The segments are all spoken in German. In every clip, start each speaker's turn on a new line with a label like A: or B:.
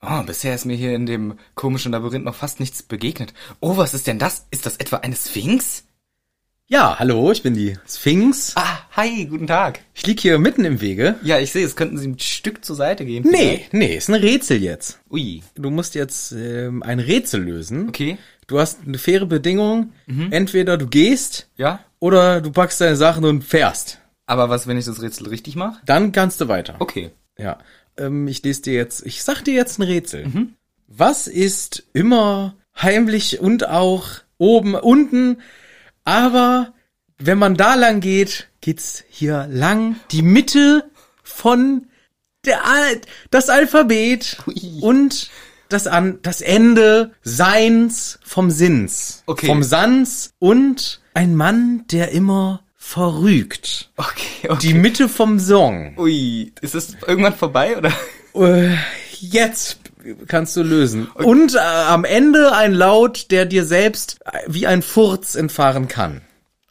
A: Oh, bisher ist mir hier in dem komischen Labyrinth noch fast nichts begegnet. Oh, was ist denn das? Ist das etwa eine Sphinx?
B: Ja, hallo, ich bin die Sphinx.
A: Ah, hi, guten Tag.
B: Ich lieg hier mitten im Wege.
A: Ja, ich sehe, es könnten Sie ein Stück zur Seite gehen.
B: Nee, nee, ist ein Rätsel jetzt.
A: vielleicht. Ui.
B: Du musst jetzt ähm, ein Rätsel lösen.
A: Okay.
B: Du hast eine faire Bedingung. Entweder du gehst
A: Ja.
B: oder du packst deine Sachen und fährst.
A: Aber was, wenn ich das Rätsel richtig mache?
B: Dann kannst du weiter.
A: Okay.
B: Ja. Ähm, ich lese dir jetzt, ich sag dir jetzt ein Rätsel.
A: Mhm.
B: Was ist immer heimlich und auch oben, unten, aber wenn man da lang geht, geht's hier lang die Mitte von der, Al- das Alphabet
A: Hui.
B: und das an, das Ende Seins vom Sinns.
A: Okay.
B: Vom Sans und ein Mann, der immer verrückt.
A: Okay, okay.
B: Die Mitte vom Song.
A: Ui, ist es irgendwann vorbei oder?
B: Äh, Jetzt kannst du lösen. Und äh, am Ende ein Laut, der dir selbst äh, wie ein Furz entfahren kann.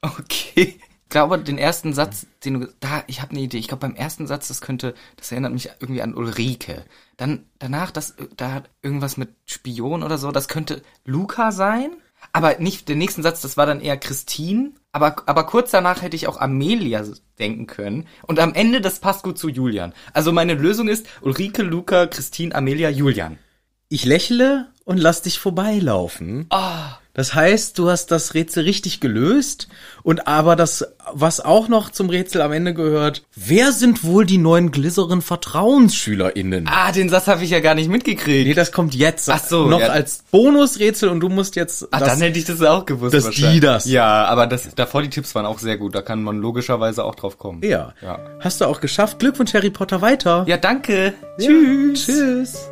A: Okay. Ich glaube, den ersten Satz, den du, da, ich habe eine Idee. Ich glaube, beim ersten Satz, das könnte, das erinnert mich irgendwie an Ulrike. Dann, danach, das, da hat irgendwas mit Spion oder so, das könnte Luca sein. Aber nicht, den nächsten Satz, das war dann eher Christine. Aber, aber kurz danach hätte ich auch Amelia denken können. Und am Ende, das passt gut zu Julian. Also meine Lösung ist Ulrike, Luca, Christine, Amelia, Julian.
B: Ich lächle und lass dich vorbeilaufen.
A: Ah,
B: Das heißt, du hast das Rätsel richtig gelöst und aber das, was auch noch zum Rätsel am Ende gehört, wer sind wohl die neuen glisseren VertrauensschülerInnen?
A: ah den Satz habe ich ja gar nicht mitgekriegt.
B: Nee, das kommt jetzt
A: Ach so,
B: noch
A: ja.
B: als Bonusrätsel und du musst jetzt
A: Ah,
B: das
A: dann hätte ich das auch gewusst.
B: dass
A: wahrscheinlich.
B: die das-
A: Ja, aber das, davor die Tipps waren auch sehr gut. Da kann man logischerweise auch drauf kommen.
B: Ja.
A: Ja.
B: Hast du auch geschafft. Glückwunsch, Harry Potter, weiter.
A: Ja, danke.
B: Tschüss. Tschüss.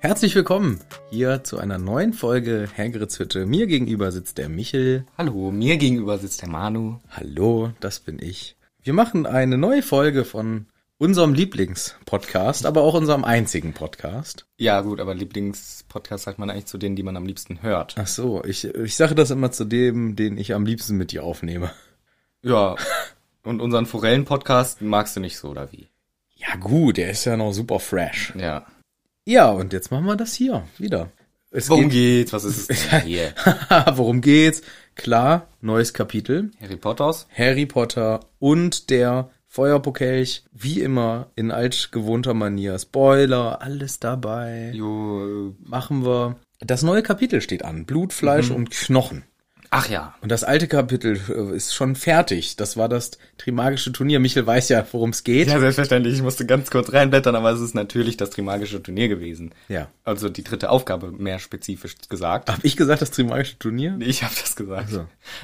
B: Herzlich willkommen hier zu einer neuen Folge Hergrits Hütte. Mir gegenüber sitzt der Michel.
A: Hallo, mir gegenüber sitzt der Manu.
B: Hallo, das bin ich. Wir machen eine neue Folge von unserem Lieblingspodcast, aber auch unserem einzigen Podcast.
A: Ja, gut, aber Lieblingspodcast sagt man eigentlich zu denen, die man am liebsten hört.
B: Ach so, ich, ich sage das immer zu dem, den ich am liebsten mit dir aufnehme.
A: Ja. Und unseren Forellen-Podcast magst du nicht so, oder wie?
B: Ja gut, der ist ja noch super fresh.
A: Ja.
B: Ja, und jetzt machen wir das hier wieder. Es
A: Worum geht's? Was ist es denn hier?
B: geht, worum geht's? Klar, neues Kapitel.
A: Harry Potters?
B: Harry Potter und der Feuerpokelch, wie immer in altgewohnter Manier. Spoiler, alles dabei.
A: Jo, äh,
B: Machen wir. Das neue Kapitel steht an. Blut,
A: Mhm.
B: Fleisch und Knochen.
A: ach ja.
B: Und das alte Kapitel äh, ist schon fertig. Das war das Trimagische Turnier. Michel weiß ja, worum es geht.
A: Ja, selbstverständlich. Ich musste ganz kurz reinblättern, aber es ist natürlich das Trimagische Turnier gewesen.
B: Ja.
A: Also die dritte Aufgabe, mehr spezifisch gesagt.
B: Hab ich gesagt, das Trimagische Turnier?
A: Nee, Ich habe das gesagt.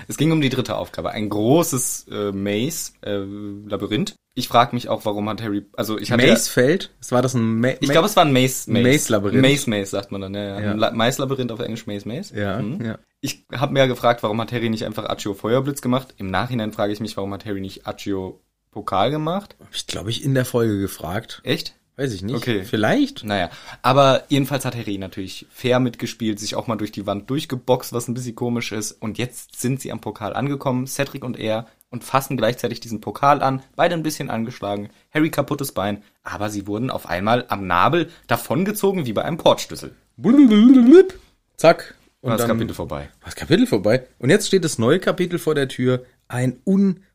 A: Es ging um die dritte Aufgabe, ein großes äh, Maze, äh, Labyrinth. Ich frage mich auch, warum hat Harry, also ich hatte, ja,
B: Maisfeld? Es war das ein Ma
A: ich glaube, es war ein Maze, Maze,
B: Maze-Labyrinth.
A: Maze, Maze sagt man dann, ja, ja. Ein La- Maze-Labyrinth auf Englisch Maze, Maze.
B: Ja,
A: Mhm.
B: ja.
A: Ich habe mir ja gefragt, warum hat Harry nicht einfach Accio Feuerblitz gemacht? Im Nachhinein frage ich mich, warum hat Harry nicht Accio Pokal gemacht?
B: Hab ich, glaube ich, in der Folge gefragt.
A: Echt?
B: Weiß ich nicht.
A: Okay.
B: Vielleicht?
A: Naja, aber jedenfalls hat Harry natürlich fair mitgespielt, sich auch mal durch die Wand durchgeboxt, was ein bisschen komisch ist. Und jetzt sind sie am Pokal angekommen, Cedric und er, und fassen gleichzeitig diesen Pokal an, beide ein bisschen angeschlagen, Harry kaputtes Bein, aber sie wurden auf einmal am Nabel davongezogen wie bei einem Portschlüssel.
B: Blub. Zack. Und
A: das Kapitel vorbei.
B: Das Kapitel vorbei. Und jetzt steht das neue Kapitel vor der Tür. Ein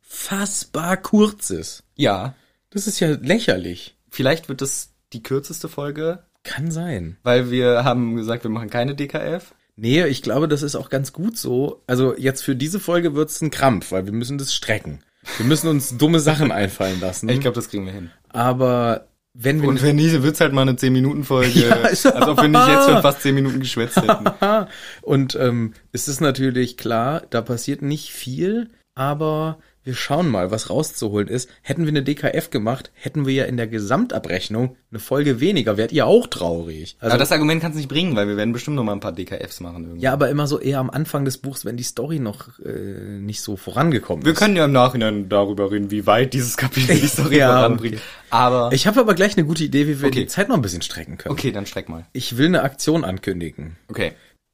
B: unfassbar kurzes.
A: Ja,
B: Das ist ja lächerlich.
A: vielleicht wird das die kürzeste Folge,
B: Kann sein.
A: weil wir haben gesagt, wir machen keine DKF.
B: Nee, ich glaube, das ist auch ganz gut so. Also jetzt für diese Folge wird's ein Krampf, weil wir müssen das strecken. Wir müssen uns dumme Sachen einfallen lassen.
A: Ich glaube, das kriegen wir hin.
B: Aber Wenn wir
A: Hm. Und wenn nicht, wird's halt mal eine 10-Minuten-Folge.
B: Ja,
A: als
B: also-
A: ob wir nicht jetzt schon fast 10 Minuten geschwätzt hätten.
B: Haha. Und ähm, es ist natürlich klar, da passiert nicht viel, aber wir schauen mal, was rauszuholen ist. Hätten wir eine DKF gemacht, hätten wir ja in der Gesamtabrechnung eine Folge weniger. Wärt ihr auch traurig. Also,
A: Aber das Argument kannst du nicht bringen, weil wir werden bestimmt noch mal ein paar DKFs machen irgendwie.
B: ja, aber immer so eher am Anfang des Buchs, wenn die Story noch äh, nicht so vorangekommen
A: Wir
B: ist.
A: können ja im Nachhinein darüber reden, wie weit dieses Kapitel die Story
B: Ja,
A: voranbringt.
B: okay.
A: Aber,
B: Ich habe aber gleich eine gute Idee, wie wir
A: Okay.
B: die Zeit noch ein bisschen strecken können.
A: okay, dann streck mal.
B: Ich will eine Aktion ankündigen.
A: Okay.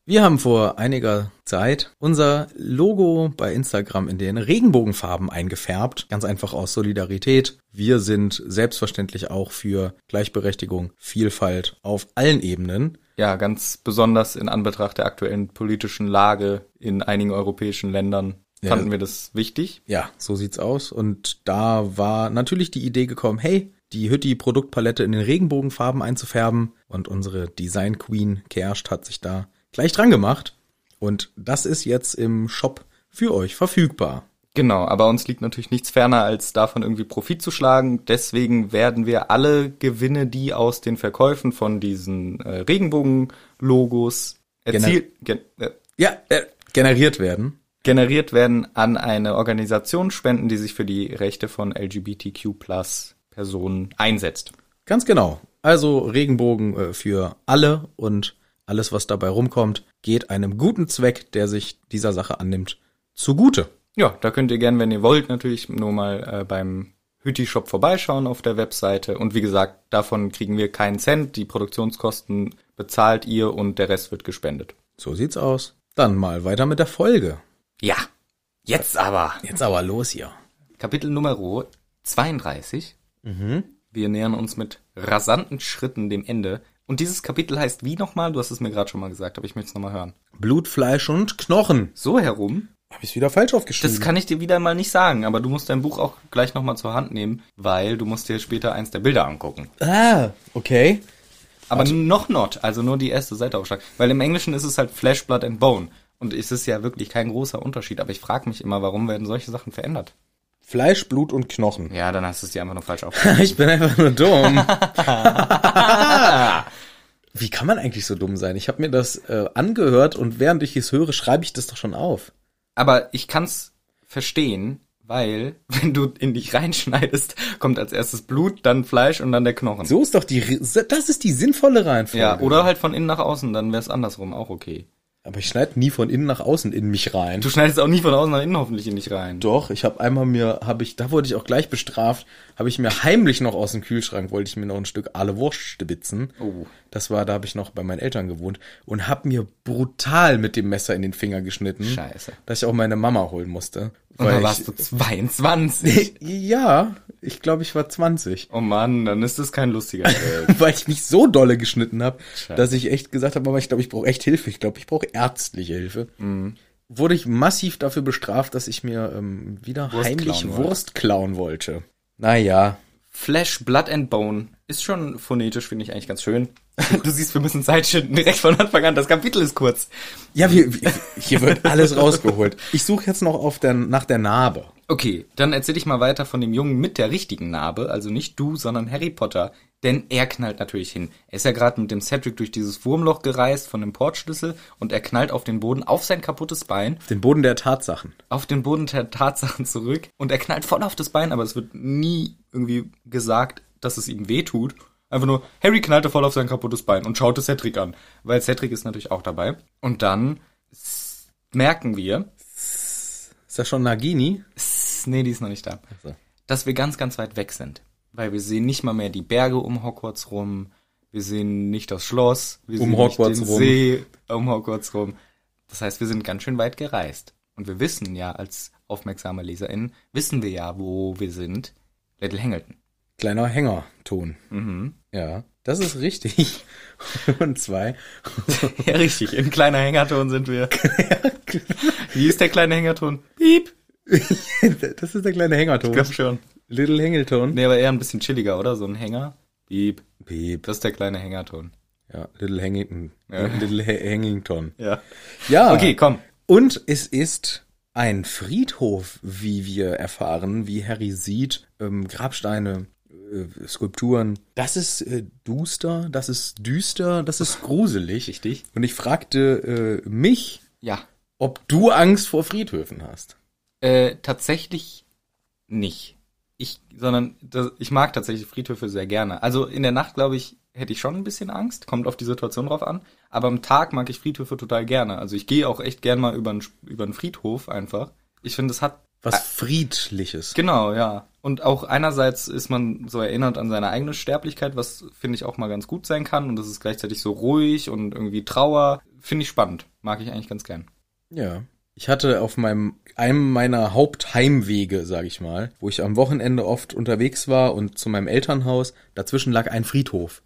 B: Wir haben vor einiger Zeit unser Logo bei Instagram in den Regenbogenfarben eingefärbt. Ganz einfach aus Solidarität. Wir sind selbstverständlich auch für Gleichberechtigung, Vielfalt auf allen Ebenen.
A: Ja, ganz besonders in Anbetracht der aktuellen politischen Lage in einigen europäischen Ländern
B: Ja.
A: fanden wir das wichtig.
B: Ja, so sieht's aus. Und da war natürlich die Idee gekommen, hey, die Hütti-Produktpalette in den Regenbogenfarben einzufärben. Und unsere Design Queen Kerst hat sich da gleich dran gemacht. Und das ist jetzt im Shop für euch verfügbar.
A: Genau, aber uns liegt natürlich nichts ferner, als davon irgendwie Profit zu schlagen. Deswegen werden wir alle Gewinne, die aus den Verkäufen von diesen äh, Regenbogen-Logos erzielt, gen äh,
B: Ja, äh, generiert werden.
A: generiert werden, an eine Organisation spenden, die sich für die Rechte von LGBTQ Personen einsetzt.
B: Ganz genau. Also Regenbogen äh, für alle und alles, was dabei rumkommt, geht einem guten Zweck, der sich dieser Sache annimmt, zugute.
A: Ja, da könnt ihr gerne, wenn ihr wollt, natürlich nur mal äh, beim Hüti-Shop vorbeischauen auf der Webseite. Und wie gesagt, davon kriegen wir keinen Cent. Die Produktionskosten bezahlt ihr und der Rest wird gespendet.
B: So sieht's aus. Dann mal weiter mit der Folge.
A: Ja, jetzt aber.
B: Jetzt aber los hier.
A: Kapitel Nummer 32. Mhm. Wir nähern uns mit rasanten Schritten dem Ende. Und dieses Kapitel heißt wie nochmal? Du hast es mir gerade schon mal gesagt, aber ich möchte es nochmal hören.
B: Blut, Fleisch und Knochen.
A: So herum?
B: Hab ich's wieder falsch aufgeschrieben?
A: Das kann ich dir wieder mal nicht sagen, aber du musst dein Buch auch gleich nochmal zur Hand nehmen, weil du musst dir später eins der Bilder angucken.
B: ah, okay.
A: Aber noch not, also nur die erste Seite aufschlagen. Weil im Englischen ist es halt Flesh, Blood and Bone. Und es ist ja wirklich kein großer Unterschied, aber ich frage mich immer, warum werden solche Sachen verändert?
B: Fleisch, Blut und Knochen.
A: Ja, dann hast du es dir einfach nur falsch auf.
B: Ich bin einfach nur dumm. Wie kann man eigentlich so dumm sein? Ich habe mir das äh, angehört und während ich es höre, schreibe ich das doch schon auf.
A: Aber ich kann's verstehen, weil wenn du in dich reinschneidest, kommt als erstes Blut, dann Fleisch und dann der Knochen.
B: So ist doch die, Re- das ist die sinnvolle Reihenfolge.
A: ja, oder halt von innen nach außen, dann wär's andersrum auch okay.
B: Aber ich schneide nie von innen nach außen in mich rein.
A: Du schneidest auch nie von außen nach innen hoffentlich in dich rein.
B: doch, ich habe einmal mir, habe ich, da wurde ich auch gleich bestraft, habe ich mir heimlich noch aus dem Kühlschrank, wollte ich mir noch ein Stück alle Wurst stibitzen.
A: Oh.
B: Das war, da habe ich noch bei meinen Eltern gewohnt und habe mir brutal mit dem Messer in den Finger geschnitten.
A: Scheiße.
B: Dass ich auch meine Mama holen musste.
A: Und da
B: ich-
A: warst du 22.
B: ja, ich glaube, ich war 20.
A: oh Mann, dann ist das kein lustiger Welt.
B: Weil ich mich so dolle geschnitten habe, dass ich echt gesagt habe, aber ich glaube, ich brauche echt Hilfe. Ich glaube, ich brauche ärztliche Hilfe.
A: Mhm.
B: Wurde ich massiv dafür bestraft, dass ich mir ähm, wieder
A: Wurst
B: heimlich
A: klauen wollte.
B: Wurst klauen wollte. Naja,
A: Flesh, Blood and Bone ist schon phonetisch, finde ich eigentlich ganz schön. Du siehst, wir müssen Zeit schinden direkt von Anfang an. Das Kapitel ist kurz.
B: ja, wir, wir, hier wird alles rausgeholt. Ich suche jetzt noch auf der, nach der Narbe.
A: Okay, dann erzähl ich mal weiter von dem Jungen mit der richtigen Narbe, also nicht du, sondern Harry Potter, denn er knallt natürlich hin. Er ist ja gerade mit dem Cedric durch dieses Wurmloch gereist von dem Portschlüssel und er knallt auf den Boden, auf sein kaputtes Bein,
B: Den Boden der Tatsachen.
A: auf den Boden der Tatsachen zurück und er knallt voll auf das Bein, aber es wird nie irgendwie gesagt, dass es ihm weh tut. Einfach nur, Harry knallte voll auf sein kaputtes Bein und schaute Cedric an, weil Cedric ist natürlich auch dabei. Und dann s- merken wir,
B: Ist das schon Nagini?
A: s- nee, die ist noch nicht da.
B: so.
A: dass wir ganz, ganz weit weg sind. Weil wir sehen nicht mal mehr die Berge um Hogwarts rum. Wir sehen nicht das Schloss. Wir
B: Um
A: sehen
B: Hogwarts
A: nicht den
B: rum.
A: See um Hogwarts rum. Das heißt, wir sind ganz schön weit gereist. Und wir wissen ja, als aufmerksame LeserInnen, wissen wir ja, wo wir sind. Little Hangleton.
B: Kleiner Hängerton.
A: Mhm.
B: Ja, das ist richtig. Und zwei.
A: Ja, richtig. Im kleinen Hängerton sind wir. Wie ist der kleine Hängerton? Piep.
B: Das ist der kleine Hängerton.
A: Glaub schon.
B: Little Hängelton.
A: Nee, aber eher ein bisschen chilliger, oder? So ein Hänger. Piep.
B: Piep.
A: Das ist der kleine Hängerton.
B: Ja, Little Hangington. Little Ha- Hangington.
A: Ja.
B: Ja.
A: Okay, komm.
B: Und es ist ein Friedhof, wie wir erfahren, wie Harry sieht, ähm, Grabsteine, äh, Skulpturen. Das ist äh, duster, das ist düster, das ist gruselig.
A: Richtig.
B: Und ich fragte äh, mich,
A: Ja.
B: ob du Angst vor Friedhöfen hast.
A: Äh, tatsächlich nicht. Ich, sondern das, ich mag tatsächlich Friedhöfe sehr gerne. Also in der Nacht, glaube ich, hätte ich schon ein bisschen Angst. Kommt auf die Situation drauf an. Aber am Tag mag ich Friedhöfe total gerne. Also ich gehe auch echt gern mal über einen, über einen Friedhof einfach. Ich finde, es hat
B: Was Friedliches.
A: Genau, ja. Und auch einerseits ist man so erinnert an seine eigene Sterblichkeit, was finde ich auch mal ganz gut sein kann. Und es ist gleichzeitig so ruhig und irgendwie Trauer. Finde ich spannend. Mag ich eigentlich ganz gern.
B: Ja. Ich hatte auf meinem einem meiner Hauptheimwege, sage ich mal, wo ich am Wochenende oft unterwegs war und zu meinem Elternhaus, dazwischen lag ein Friedhof.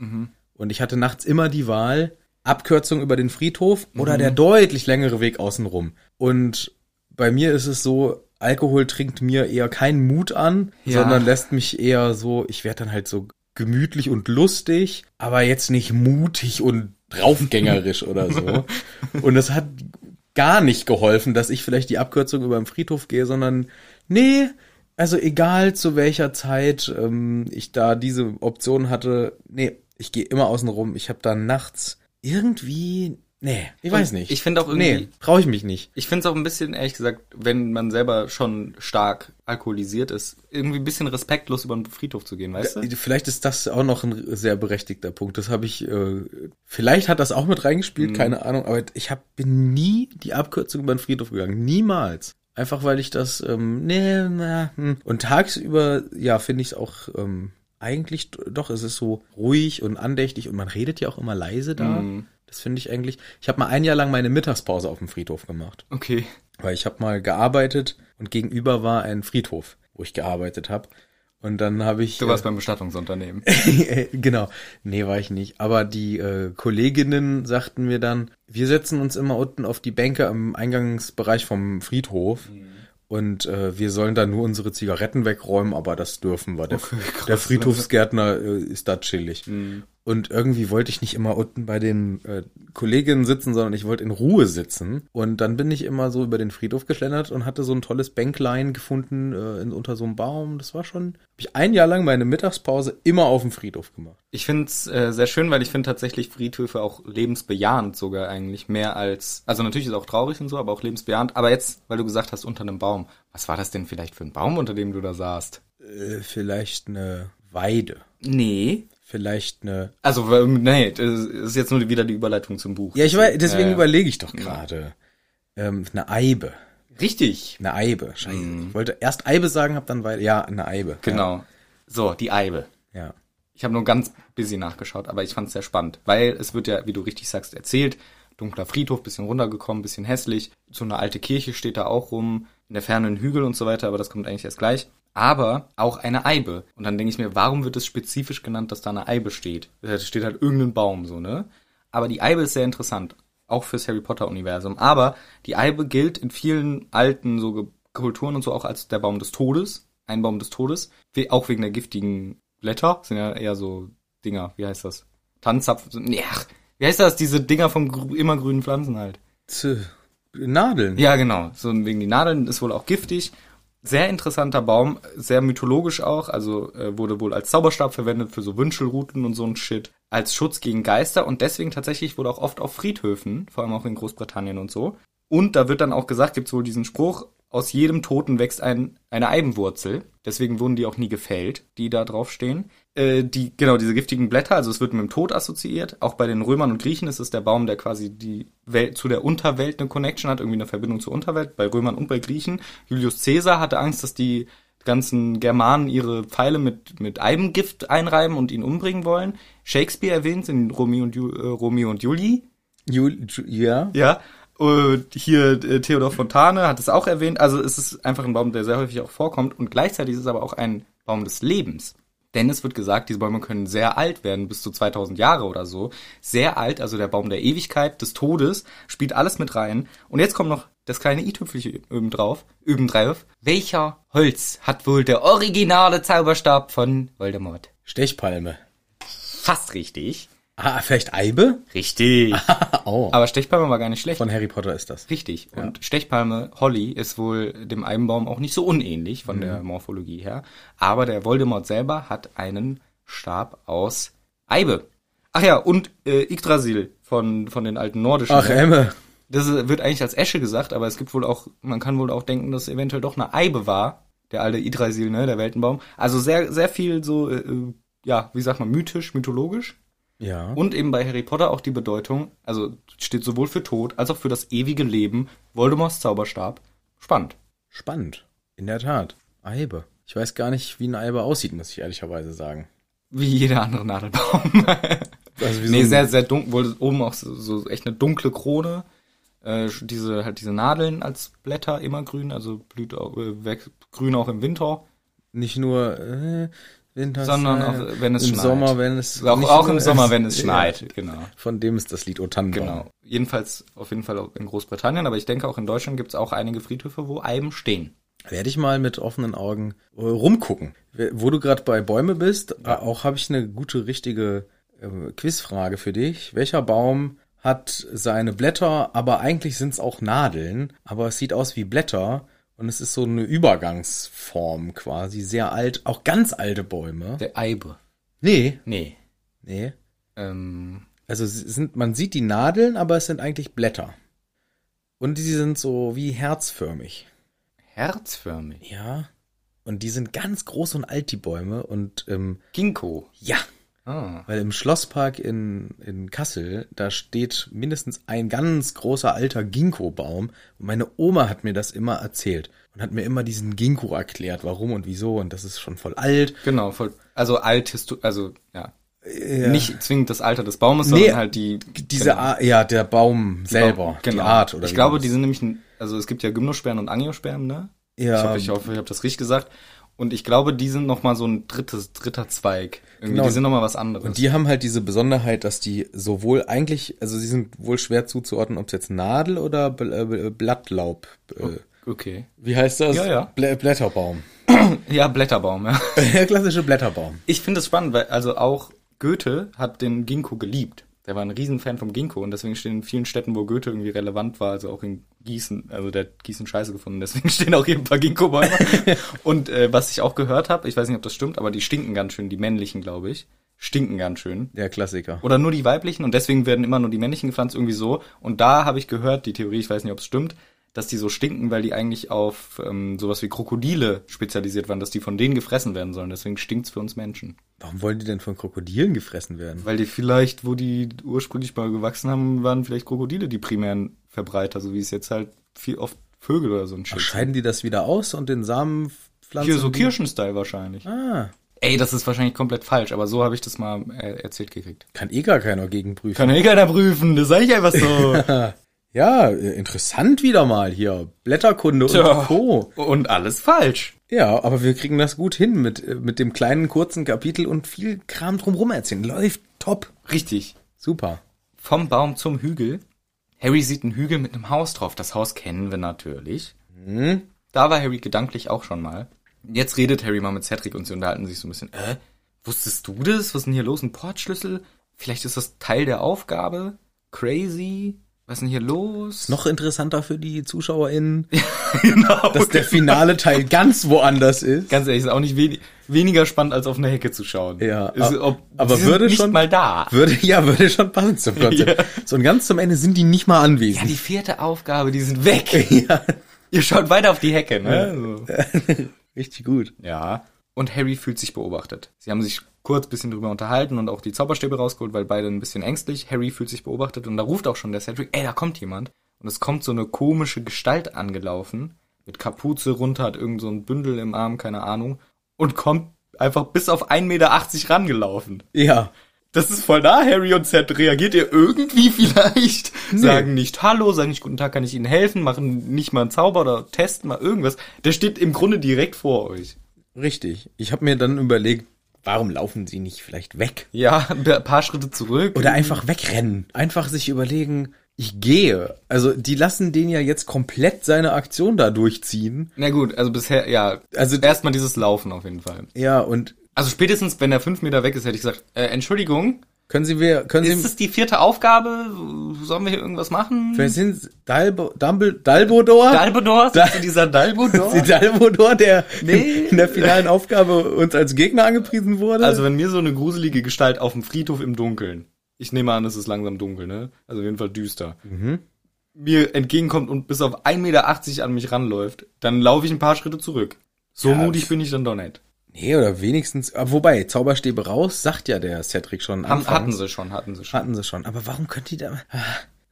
B: Und ich hatte nachts immer die Wahl, Abkürzung über den Friedhof oder der deutlich längere Weg außenrum. Und bei mir ist es so, Alkohol trinkt mir eher keinen Mut an,
A: Ja.
B: sondern lässt mich eher so, ich werde dann halt so gemütlich und lustig, aber jetzt nicht mutig und draufgängerisch oder so. Und das hat gar nicht geholfen, dass ich vielleicht die Abkürzung über den Friedhof gehe, sondern nee, also egal zu welcher Zeit ähm, ich da diese Option hatte, nee, ich gehe immer außen rum. Ich habe da nachts irgendwie, nee, ich weiß
A: Und
B: nicht.
A: ich finde auch irgendwie-
B: nee, traue ich mich nicht.
A: Ich finde es auch ein bisschen, ehrlich gesagt, wenn man selber schon stark alkoholisiert ist, irgendwie ein bisschen respektlos über den Friedhof zu gehen, weißt du?
B: Äh, Vielleicht ist das auch noch ein sehr berechtigter Punkt. Das habe ich, äh, vielleicht hat das auch mit
A: Mhm.
B: reingespielt, keine Ahnung, aber ich hab, bin nie die Abkürzung über den Friedhof gegangen. Niemals. Einfach weil ich das, ähm, nee, na, hm. Und tagsüber, ja, finde ich es auch, ähm, eigentlich d- doch, es ist so ruhig und andächtig und man redet ja auch immer leise da.
A: Mhm.
B: Das finde ich eigentlich. Ich habe mal ein Jahr lang meine Mittagspause auf dem Friedhof gemacht.
A: Okay.
B: Weil ich habe mal gearbeitet und gegenüber war ein Friedhof, wo ich gearbeitet habe. Und dann habe ich.
A: Du warst beim Bestattungsunternehmen.
B: Äh, genau. Nee, war ich nicht. Aber die äh, Kolleginnen sagten mir dann, wir setzen uns immer unten auf die Bänke im Eingangsbereich vom Friedhof. Und äh, wir sollen da nur unsere Zigaretten wegräumen, aber das dürfen wir. Der, der Friedhofsgärtner äh, ist da chillig.
A: Mhm.
B: Und irgendwie wollte ich nicht immer unten bei den äh, Kolleginnen sitzen, sondern ich wollte in Ruhe sitzen. Und dann bin ich immer so über den Friedhof geschlendert und hatte so ein tolles Bänklein gefunden äh, in, unter so einem Baum. Das war schon, habe ich ein Jahr lang meine Mittagspause immer auf dem Friedhof gemacht.
A: Ich finde es äh, sehr schön, weil ich finde tatsächlich Friedhöfe auch lebensbejahend sogar eigentlich mehr als, also natürlich ist es auch traurig und so, aber auch lebensbejahend. Aber jetzt, weil du gesagt hast, unter einem Baum. Was war das denn vielleicht für ein Baum, unter dem du da saßt?
B: Äh, vielleicht eine Weide.
A: Nee.
B: Vielleicht eine.
A: Also, weil- nee, das ist jetzt nur wieder die Überleitung zum Buch.
B: Ja, ich weiß, deswegen
A: Ja, ja.
B: überlege ich doch gerade. Ähm, eine Eibe.
A: Richtig.
B: Eine Eibe. Scheiße. Ich wollte erst Eibe sagen, hab dann Weide. Ja, eine Eibe.
A: Mhm. Genau. So, die Eibe.
B: Ja. ja.
A: Ich habe nur ganz busy nachgeschaut, aber ich fand es sehr spannend, weil es wird ja, wie du richtig sagst, erzählt. Dunkler Friedhof, bisschen runtergekommen, bisschen hässlich. So eine alte Kirche steht da auch rum. In der Ferne ein Hügel und so weiter, aber das kommt eigentlich erst gleich. Aber auch eine Eibe. Und dann denke ich mir, warum wird es spezifisch genannt, dass da eine Eibe steht? Da steht halt irgendein Baum, so, ne? Aber die Eibe ist sehr interessant. Auch fürs Harry Potter-Universum. Aber die Eibe gilt in vielen alten so Ge- Kulturen und so auch als der Baum des Todes. Ein Baum des Todes. We- Auch wegen der giftigen Blätter. Sind ja eher so Dinger. Wie heißt das? Tannenzapfen. sind- Nee, ach, wie heißt das? Diese Dinger von grü immer grünen Pflanzen halt.
B: Zu- Nadeln.
A: Ja, genau. So wegen die Nadeln ist wohl auch giftig. Sehr interessanter Baum, sehr mythologisch auch, also äh, wurde wohl als Zauberstab verwendet für so Wünschelruten und so ein Shit, als Schutz gegen Geister und deswegen tatsächlich wurde auch oft auf Friedhöfen, vor allem auch in Großbritannien und so. Und da wird dann auch gesagt, gibt's wohl diesen Spruch, aus jedem Toten wächst ein, eine Eibenwurzel, deswegen wurden die auch nie gefällt, die da drauf stehen. Äh, die, genau, diese giftigen Blätter, also es wird mit dem Tod assoziiert. Auch bei den Römern und Griechen ist es der Baum, der quasi die Welt zu der Unterwelt eine Connection hat, irgendwie eine Verbindung zur Unterwelt, bei Römern und bei Griechen. Julius Caesar hatte Angst, dass die ganzen Germanen ihre Pfeile mit, mit Eibengift einreiben und ihn umbringen wollen. Shakespeare erwähnt in Romeo und, Ju, äh, Romeo und Julie,
B: Jul- Ju- ja.
A: ja. Und hier äh, Theodor Fontane hat es auch erwähnt. Also es ist einfach ein Baum, der sehr häufig auch vorkommt. Und gleichzeitig ist es aber auch ein Baum des Lebens. Denn es wird gesagt, diese Bäume können sehr alt werden, bis zu 2000 Jahre oder so. Sehr alt, also der Baum der Ewigkeit, des Todes, spielt alles mit rein. Und jetzt kommt noch das kleine i-Tüpfelchen oben drauf, üben drauf. Welcher Holz hat wohl der originale Zauberstab von Voldemort?
B: Stechpalme.
A: Fast richtig.
B: Ah, vielleicht Eibe?
A: Richtig.
B: Oh.
A: Aber Stechpalme war gar nicht schlecht.
B: Von Harry Potter ist das.
A: Richtig. Und Stechpalme Holly ist wohl dem Eibenbaum auch nicht so unähnlich von der Morphologie her. Aber der Voldemort selber hat einen Stab aus Eibe. Ach ja, und äh, Yggdrasil von, von den alten nordischen.
B: Ach, Emme.
A: Das äh, wird eigentlich als Esche gesagt, aber es gibt wohl auch, man kann wohl auch denken, dass es eventuell doch eine Eibe war, der alte Yggdrasil, ne, der Weltenbaum. Also sehr, sehr viel so, äh, äh, ja, wie sagt man, mythisch, mythologisch.
B: Ja.
A: Und eben bei Harry Potter auch die Bedeutung, also steht sowohl für Tod als auch für das ewige Leben, Voldemorts Zauberstab. Spannend.
B: Spannend. In der Tat. Eibe. Ich weiß gar nicht, wie ein Eibe aussieht, muss ich ehrlicherweise sagen.
A: Wie jeder andere Nadelbaum.
B: Also wie so
A: nee,
B: ein-
A: sehr, sehr dunkel, wohl oben auch so, so echt eine dunkle Krone. Äh, diese, halt diese Nadeln als Blätter immer grün, also blüht auch, äh, wächst grün auch im Winter.
B: Nicht nur äh, Winter,
A: Sondern
B: äh,
A: auch, wenn es
B: im
A: schneit.
B: Sommer, wenn es
A: Auch,
B: nicht
A: auch
B: nur-
A: im Sommer, wenn es
B: Ja.
A: schneit, genau.
B: Von dem ist das Lied O Tannenbaum.
A: Genau. Jedenfalls, auf jeden Fall auch in Großbritannien, aber ich denke auch in Deutschland gibt's auch einige Friedhöfe, wo Eiben stehen.
B: Werde ich mal mit offenen Augen äh, rumgucken. Wo du gerade bei Bäume bist, äh, auch habe ich eine gute, richtige äh, Quizfrage für dich. Welcher Baum hat seine Blätter, aber eigentlich sind es auch Nadeln, aber es sieht aus wie Blätter und es ist so eine Übergangsform quasi, sehr alt, auch ganz alte Bäume.
A: Der Eibe.
B: Nee,
A: Nee.
B: nee.
A: Ähm,
B: Also sie sind, man sieht die Nadeln, aber es sind eigentlich Blätter. Und die sind so wie herzförmig.
A: herzförmig.
B: Ja. Und die sind ganz groß und alt, die Bäume. Und ähm,
A: Ginkgo.
B: ja,
A: Ah.
B: weil im Schlosspark in, in Kassel, da steht mindestens ein ganz großer alter Ginkgo-Baum. Und meine Oma hat mir das immer erzählt und hat mir immer diesen Ginkgo erklärt, warum und wieso. Und das ist schon voll alt.
A: Genau, voll, also althisto, also ja.
B: Ja.
A: Nicht zwingend das Alter des Baumes,
B: Nee,
A: sondern halt die
B: Diese Ar- ja, der Baum selber,
A: genau.
B: die Art oder
A: Ich
B: wie
A: glaube,
B: man
A: die sind nämlich, ein- also es gibt ja Gymnosperren und Angiosperren, ne?
B: Ja.
A: Ich, hab, ich hoffe, ich habe das richtig gesagt. Und ich glaube, die sind nochmal so ein drittes, dritter Zweig. Irgendwie,
B: Genau.
A: die sind nochmal was anderes.
B: Und die haben halt diese Besonderheit, dass die sowohl eigentlich, also sie sind wohl schwer zuzuordnen, ob es jetzt Nadel oder Bl äh, Bl- äh, Blattlaub.
A: Oh.
B: Äh,
A: okay.
B: wie heißt das?
A: Ja, ja.
B: Blä Blätterbaum.
A: Ja, Blätterbaum, ja.
B: Der klassische Blätterbaum.
A: Ich finde es spannend, weil also auch Goethe hat den Ginkgo geliebt. Der war ein Riesenfan vom Ginkgo und deswegen stehen in vielen Städten, wo Goethe irgendwie relevant war, also auch in Gießen, also der hat Gießen scheiße gefunden, deswegen stehen auch hier ein paar Ginkgo-Bäume. und äh, was ich auch gehört habe, ich weiß nicht, ob das stimmt, aber die stinken ganz schön, die männlichen, glaube ich, stinken ganz schön.
B: Der Klassiker.
A: Oder nur die weiblichen und deswegen werden immer nur die männlichen gepflanzt, irgendwie so. Und da habe ich gehört, die Theorie, ich weiß nicht, ob es stimmt, dass die so stinken, weil die eigentlich auf ähm, sowas wie Krokodile spezialisiert waren, dass die von denen gefressen werden sollen. Deswegen stinkt's für uns Menschen.
B: Warum wollen die denn von Krokodilen gefressen werden?
A: Weil die vielleicht, wo die ursprünglich mal gewachsen haben, waren vielleicht Krokodile die primären Verbreiter, so wie es jetzt halt viel oft Vögel oder so ein Shit.
B: Scheiden die das wieder aus und den Samen pflanzen?
A: Hier so
B: die-
A: Kirschenstyle wahrscheinlich.
B: Ah,
A: Ey, das ist wahrscheinlich komplett falsch, aber so habe ich das mal äh, erzählt gekriegt.
B: kann eh gar keiner gegenprüfen.
A: Kann eh keiner prüfen, das sage ich einfach so.
B: ja, äh, interessant wieder mal hier. Blätterkunde
A: Tja.
B: und Co.
A: Und alles falsch.
B: Ja, aber wir kriegen das gut hin mit, äh, mit dem kleinen, kurzen Kapitel und viel Kram drumrum erzählen. Läuft top.
A: Richtig.
B: Super.
A: Vom Baum zum Hügel. Harry sieht einen Hügel mit einem Haus drauf. Das Haus kennen wir natürlich.
B: Mhm.
A: Da war Harry gedanklich auch schon mal. Jetzt redet Harry mal mit Cedric und sie unterhalten sich so ein bisschen. Äh, wusstest du das? Was ist denn hier los? Ein Portschlüssel? Vielleicht ist das Teil der Aufgabe? Crazy? Was ist denn hier los?
B: Noch interessanter für die ZuschauerInnen,
A: genau.
B: dass der finale Teil ganz woanders ist.
A: Ganz ehrlich, ist auch nicht weni- weniger spannend, als auf eine Hecke zu schauen.
B: Ja,
A: Ist,
B: ab-
A: ob,
B: aber
A: sie sind
B: würde
A: nicht
B: schon-
A: mal da.
B: Würde, ja, würde schon passen zum Konzept. So und ganz zum Ende sind die nicht mal
A: Ja,
B: anwesend.
A: die vierte Aufgabe, die sind weg. Ihr schaut weiter auf die Hecke, ne? So.
B: Richtig gut.
A: Ja. Und Harry fühlt sich beobachtet. Sie haben sich kurz ein bisschen drüber unterhalten und auch die Zauberstäbe rausgeholt, weil beide ein bisschen ängstlich. Harry fühlt sich beobachtet und da ruft auch schon der Cedric, ey, da kommt jemand. Und es kommt so eine komische Gestalt angelaufen, mit Kapuze runter, hat irgend so ein Bündel im Arm, keine Ahnung, und kommt einfach bis auf 1,80 Meter rangelaufen.
B: Ja.
A: Das ist voll nah, Harry und Seth. Reagiert ihr irgendwie vielleicht? Sagen nicht Hallo, sagen nicht Guten Tag, kann ich Ihnen helfen, machen nicht mal einen Zauber oder testen mal irgendwas. Der steht im Grunde direkt vor euch.
B: Richtig. Ich habe mir dann überlegt, warum laufen sie nicht vielleicht weg?
A: Ja, ein paar Schritte zurück.
B: Oder einfach wegrennen. Einfach sich überlegen, ich gehe. Also die lassen den ja jetzt komplett seine Aktion da durchziehen.
A: Na gut, also bisher, ja.
B: Also-
A: Also erstmal dieses Laufen auf jeden Fall.
B: Ja, und
A: Also spätestens, wenn er fünf Meter weg ist, hätte ich gesagt, äh, Entschuldigung,
B: Können Sie wir, können
A: Ist
B: Sie,
A: es die vierte Aufgabe? Sollen wir hier irgendwas machen?
B: wer sind Dalbo, Dumbl, Dalbodor?
A: Dalbodor?
B: Da-
A: Sitzt du dieser Dalbodor?
B: Die Dalbodor, der
A: Nee.
B: in der finalen Aufgabe uns als Gegner angepriesen wurde?
A: Also wenn mir so eine gruselige Gestalt auf dem Friedhof im Dunkeln, ich nehme an, es ist langsam dunkel, ne? Also auf jeden Fall düster,
B: Mhm.
A: mir entgegenkommt und bis auf 1,80 Meter an mich ranläuft, dann laufe ich ein paar Schritte zurück. So
B: Ja,
A: mutig bin ich dann doch nicht.
B: nee, oder wenigstens, ah, wobei, Zauberstäbe raus, sagt ja der Cedric schon.
A: Haben,
B: anfangs.
A: hatten sie schon, hatten sie schon.
B: Hatten sie schon. Aber warum könnt ihr da, Ah,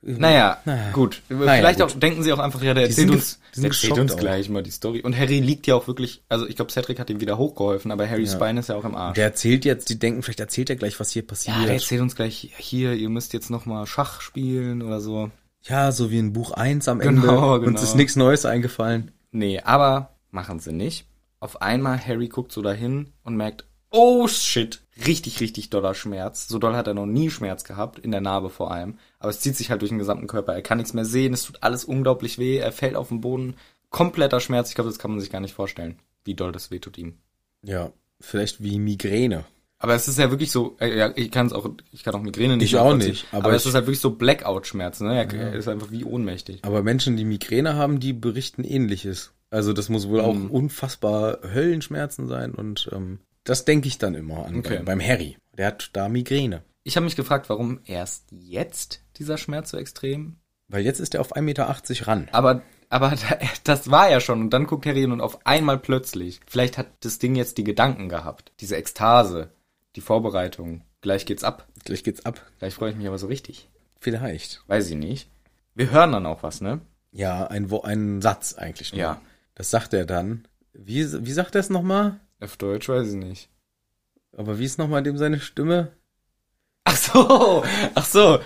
A: Naja, gut.
B: Mhm. Naja,
A: Vielleicht
B: gut.
A: auch, denken sie auch einfach, ja, der erzählt
B: sind ge-
A: uns,
B: die sind
A: der erzählt
B: geschockt
A: uns
B: auch.
A: gleich mal die Story. Und Harry liegt ja auch wirklich, also ich glaube, Cedric hat ihm wieder hochgeholfen, aber Harrys Bein ist ja auch im Arsch.
B: der erzählt jetzt, die denken, vielleicht erzählt er gleich, was hier passiert.
A: ja, der erzählt uns gleich, hier, ihr müsst jetzt nochmal Schach spielen oder so.
B: Ja, so wie in Buch 1 am Ende.
A: Genau,
B: Uns
A: genau.
B: ist nichts Neues eingefallen.
A: Nee, aber machen sie nicht. Auf einmal Harry guckt so dahin und merkt, oh shit, richtig, richtig doller Schmerz. So doll hat er noch nie Schmerz gehabt, in der Narbe vor allem. Aber es zieht sich halt durch den gesamten Körper. Er kann nichts mehr sehen, es tut alles unglaublich weh, er fällt auf den Boden. Kompletter Schmerz, ich glaube, das kann man sich gar nicht vorstellen, wie doll das weh tut ihm.
B: Ja, vielleicht wie Migräne.
A: Aber es ist ja wirklich so, äh, ja, ich kann es auch, ich kann auch Migräne nicht
B: Ich auch
A: nachvollziehen.
B: nicht, aber
A: aber, es
B: ich-
A: ist halt wirklich so Blackout-Schmerz, ne? Er er ist einfach wie ohnmächtig.
B: Aber Menschen, die Migräne haben, die berichten ähnliches. Also das muss wohl auch
A: Mhm.
B: unfassbar Höllenschmerzen sein und ähm, das denke ich dann immer an
A: Okay.
B: beim, beim Harry. Der hat da Migräne.
A: Ich habe mich gefragt, warum erst jetzt dieser Schmerz so extrem
B: Weil jetzt ist er auf 1,80 Meter ran.
A: Aber, aber da- das war ja schon. Und dann guckt Harry hin und auf einmal plötzlich. Vielleicht hat das Ding jetzt die Gedanken gehabt. Diese Ekstase, die Vorbereitung. Gleich geht's ab.
B: Gleich geht's ab.
A: Gleich freue ich mich aber so richtig.
B: Vielleicht.
A: Weiß ich nicht. Wir hören dann auch was, ne?
B: Ja, ein, Wo ein Satz eigentlich. nur.
A: Ja.
B: Das sagt er dann. Wie, wie sagt er es nochmal?
A: Auf Deutsch weiß ich nicht.
B: Aber wie ist nochmal dem seine Stimme?
A: Ach so, ach so.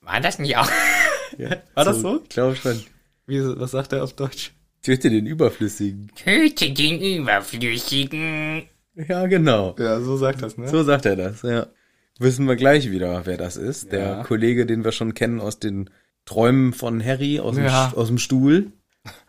A: War das nicht auch?
B: Ja,
A: War das so?
B: Ich glaube schon.
A: Wie, was sagt er auf Deutsch?
B: Töte den Überflüssigen.
A: Töte den Überflüssigen.
B: Ja, genau.
A: Ja, so sagt das, ne?
B: So sagt er das, ja. Wissen wir gleich wieder, wer das ist.
A: Ja.
B: Der Kollege, den wir schon kennen aus den Träumen von Harry, aus, dem,
A: Ja.
B: Sch- aus dem Stuhl.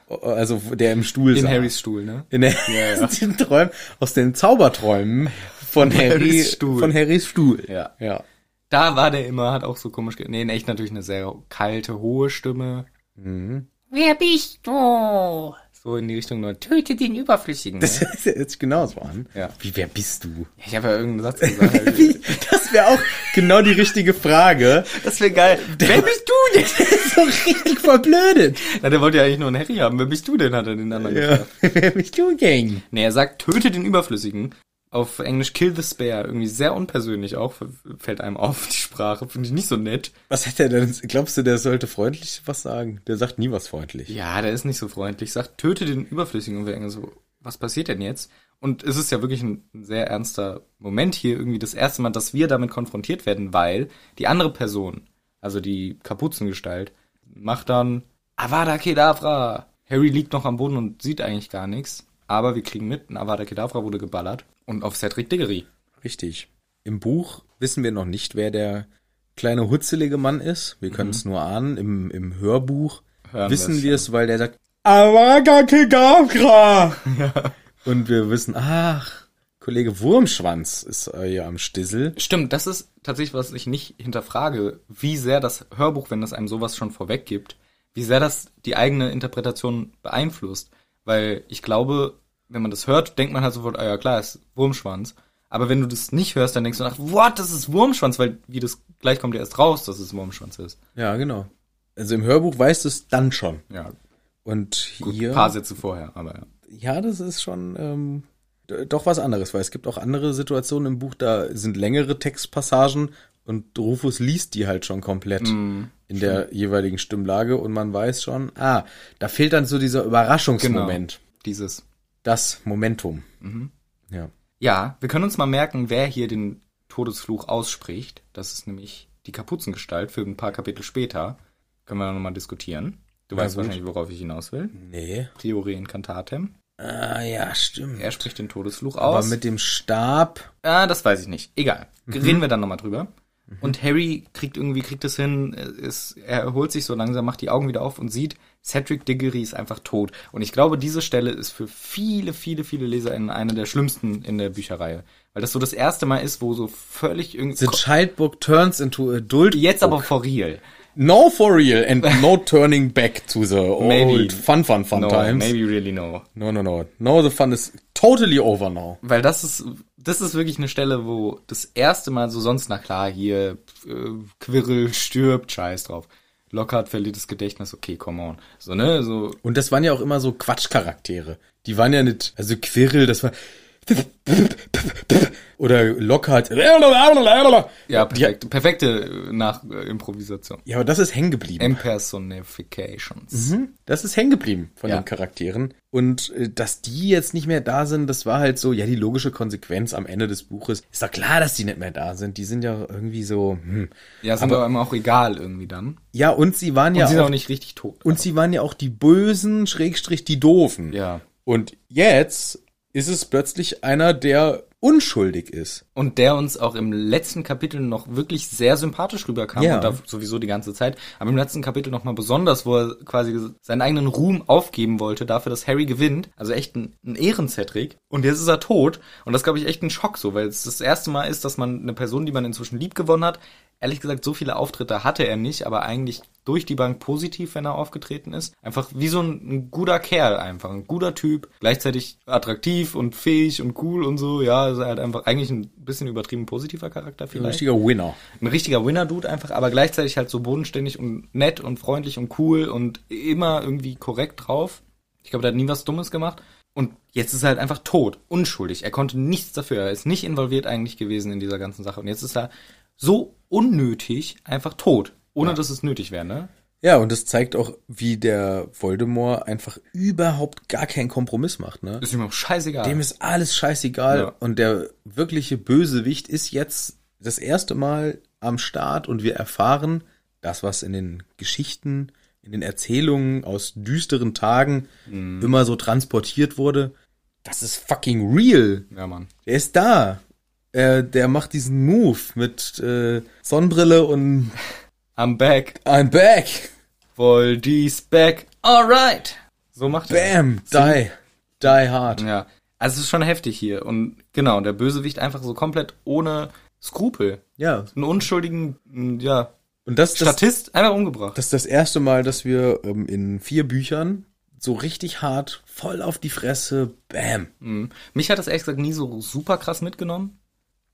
B: O- Also der im Stuhl
A: In
B: saß.
A: Harrys Stuhl, ne?
B: In der, aus den Träumen, aus den Zauberträumen von Harry,
A: Harrys Stuhl.
B: von Harrys Stuhl.
A: Ja.
B: ja.
A: Da war der immer, hat auch so komisch, ge- nee, in echt natürlich eine sehr kalte, hohe Stimme.
B: Mhm.
A: Wer bist du? So in die Richtung nur, töte den Überflüssigen. Ne?
B: Das hört sich genauso genau an.
A: Ja.
B: Wie, wer bist du?
A: Ich habe ja irgendeinen Satz gesagt.
B: Wie? Das wäre auch genau die richtige Frage.
A: das wäre geil. Wer bist du denn?
B: so richtig verblödet.
A: Na, der wollte ja eigentlich nur einen Harry haben. Wer bist du denn, hat er den anderen gefragt.
B: Ja. Wer bist du denn?
A: Nee, er sagt, töte den Überflüssigen. Auf Englisch kill the spare. Irgendwie sehr unpersönlich auch, f- fällt einem auf, die Sprache. Finde ich nicht so nett.
B: Was hat er denn? Glaubst du, der sollte freundlich was sagen? Der sagt nie was freundlich.
A: Ja, der ist nicht so freundlich. Sagt, töte den Überflüssigen und wir denken so, was passiert denn jetzt? Und es ist ja wirklich ein sehr ernster Moment hier, irgendwie das erste Mal, dass wir damit konfrontiert werden, weil die andere Person, also die Kapuzengestalt, macht dann Avada Kedavra. Harry liegt noch am Boden und sieht eigentlich gar nichts, aber wir kriegen mit, ein Avada Kedavra wurde geballert und auf Cedric Diggory.
B: Richtig. Im Buch wissen wir noch nicht, wer der kleine hutzelige Mann ist. Wir können es nur ahnen. Im, im Hörbuch
A: Mhm. Hören
B: wissen
A: wir's,
B: wir es, weil der sagt Awagakigabra. Und wir wissen, ach, Kollege Wurmschwanz ist äh, hier am Stissel.
A: Stimmt, das ist tatsächlich, was ich nicht hinterfrage, wie sehr das Hörbuch, wenn das einem sowas schon vorweg gibt, wie sehr das die eigene Interpretation beeinflusst. Weil ich glaube, wenn man das hört, denkt man halt sofort, ah ja klar, ist Wurmschwanz. Aber wenn du das nicht hörst, dann denkst du nach, what, das ist Wurmschwanz, weil wie das gleich kommt ja erst raus, dass es Wurmschwanz ist.
B: Ja, genau. Also im Hörbuch weißt du es dann schon.
A: Ja,
B: Und
A: gut,
B: hier.
A: ein paar Sätze vorher, aber ja.
B: Ja, das ist schon ähm, d- doch was anderes, weil es gibt auch andere Situationen im Buch, da sind längere Textpassagen und Rufus liest die halt schon komplett
A: Mhm,
B: in der jeweiligen Stimmlage und man weiß schon, ah, da fehlt dann so dieser Überraschungsmoment,
A: Dieses.
B: das Momentum.
A: Mhm.
B: Ja.
A: Ja, wir können uns mal merken, wer hier den Todesfluch ausspricht. Das ist nämlich die Kapuzengestalt für ein paar Kapitel später. Können wir nochmal diskutieren. Du weißt
B: gut. Mhm.
A: wahrscheinlich, worauf ich hinaus will.
B: Nee.
A: Priore incantatem.
B: Ah, ja, stimmt.
A: Er spricht den Todesfluch
B: Aber
A: aus.
B: mit dem Stab,
A: ah, das weiß ich nicht. Egal. Reden wir dann nochmal drüber. Und Harry kriegt irgendwie, kriegt es hin, äh, es, er erholt sich so langsam, macht die Augen wieder auf und sieht, Cedric Diggory ist einfach tot. Und ich glaube, diese Stelle ist für viele, viele, viele LeserInnen eine der schlimmsten in der Bücherreihe. Weil das so das erste Mal ist, wo so völlig irgendwie.
B: The child book turns into adult.
A: Jetzt aber for real.
B: No for real and no turning back to the old
A: Maybe.
B: fun, fun, fun
A: No,
B: times.
A: maybe really no.
B: No, no, no. No, the fun is totally over now.
A: Weil das ist, das ist wirklich eine Stelle, wo das erste Mal so sonst, na klar, hier äh, Quirrell stirbt, scheiß drauf. Lockhart verliert das Gedächtnis, okay, come on. So, ne, so,
B: Und das waren ja auch immer so Quatschcharaktere. Die waren ja nicht, also Quirrell, das war oder Lockhart.
A: ja, perfekt, perfekte äh, nach äh, Improvisation.
B: Ja, aber das ist hängen geblieben.
A: Impersonifications.
B: Das ist hängen geblieben von
A: Mhm. Ja.
B: den Charakteren. Und äh, dass die jetzt nicht mehr da sind, das war halt so, ja, die logische Konsequenz am Ende des Buches. Ist doch klar, dass die nicht mehr da sind. Die sind ja irgendwie so, hm.
A: Ja, sind aber einem auch egal irgendwie dann.
B: Ja, und sie waren
A: Und
B: ja
A: sie sind
B: auch,
A: auch nicht richtig tot.
B: und sie waren ja auch die Bösen, Schrägstrich, die Doofen.
A: Ja.
B: Und jetzt ist es plötzlich einer, der unschuldig ist.
A: Und der uns auch im letzten Kapitel noch wirklich sehr sympathisch rüberkam
B: Ja.
A: und da sowieso die ganze Zeit. Aber im letzten Kapitel nochmal besonders, wo er quasi ges- seinen eigenen Ruhm aufgeben wollte, dafür, dass Harry gewinnt. Also echt ein, ein Ehrencedric. Und jetzt ist er tot. Und das glaube ich echt ein Schock so, weil es das erste Mal ist, dass man eine Person, die man inzwischen lieb gewonnen hat, ehrlich gesagt, so viele Auftritte hatte er nicht, aber eigentlich durch die Bank positiv, wenn er aufgetreten ist. Einfach wie so ein, ein guter Kerl einfach, ein guter Typ, gleichzeitig attraktiv und fähig und cool und so. Ja, also er hat einfach eigentlich ein bisschen übertrieben positiver Charakter
B: Ein
A: vielleicht.
B: richtiger Winner.
A: Ein richtiger Winner-Dude einfach, aber gleichzeitig halt so bodenständig und nett und freundlich und cool und immer irgendwie korrekt drauf. Ich glaube, der hat nie was Dummes gemacht. Und jetzt ist er halt einfach tot, unschuldig. Er konnte nichts dafür. Er ist nicht involviert eigentlich gewesen in dieser ganzen Sache. Und jetzt ist er so unnötig einfach tot. Ohne dass es nötig wäre, ne?
B: Ja, und das zeigt auch, wie der Voldemort einfach überhaupt gar keinen Kompromiss macht, ne?
A: Ist ihm auch scheißegal.
B: Dem ist alles scheißegal
A: Ja.
B: und der wirkliche Bösewicht ist jetzt das erste Mal am Start und wir erfahren das, was in den Geschichten, in den Erzählungen aus düsteren Tagen immer so transportiert wurde. Das ist fucking real.
A: ja, Mann.
B: Der ist da. Äh, der macht diesen Move mit äh, Sonnenbrille und
A: I'm back.
B: I'm back.
A: Voldy's back. Alright. So macht er.
B: Bam. Die. Die hard.
A: Ja. Also es ist schon heftig hier. Und genau, der Bösewicht einfach so komplett ohne Skrupel.
B: Ja.
A: Einen unschuldigen, mm, ja,
B: Und das, das,
A: Statist einfach umgebracht.
B: Das ist das erste Mal, dass wir ähm, in vier Büchern so richtig hart, voll auf die Fresse, bam.
A: Mhm. Mich hat das ehrlich gesagt nie so super krass mitgenommen.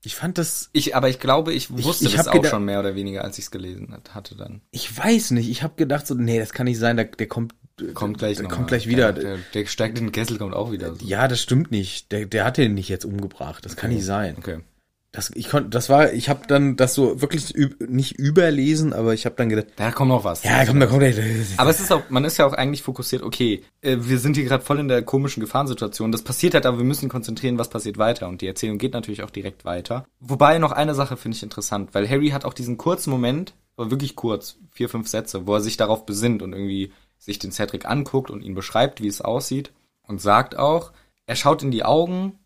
B: Ich fand das,
A: Ich, aber ich glaube, ich wusste
B: ich
A: das
B: hab
A: auch
B: gedacht-
A: schon mehr oder weniger, als ich es gelesen hat- hatte dann.
B: ich weiß nicht, ich habe gedacht so, nee, das kann nicht sein, der, der kommt, der
A: Kommt gleich
B: der
A: noch
B: kommt
A: mal.
B: gleich wieder.
A: Der, der, der steigt in den Kessel, kommt auch wieder. So.
B: Ja, das stimmt nicht. Der, der hat den nicht jetzt umgebracht. Das kann nicht sein.
A: Okay.
B: Das, ich konnte, das war, ich habe dann das so wirklich üb, nicht überlesen, aber ich habe dann gedacht,
A: Da kommt noch was.
B: ja, komm, da kommt der.
A: Aber es ist auch, man ist ja auch eigentlich fokussiert, okay, äh, wir sind hier gerade voll in der komischen Gefahrensituation. Das passiert halt, aber wir müssen konzentrieren, was passiert weiter. Und die Erzählung geht natürlich auch direkt weiter. Wobei noch eine Sache finde ich interessant, weil Harry hat auch diesen kurzen Moment, aber wirklich kurz, vier, fünf Sätze, wo er sich darauf besinnt und irgendwie sich den Cedric anguckt und ihn beschreibt, wie es aussieht. Und sagt auch, er schaut in die Augen,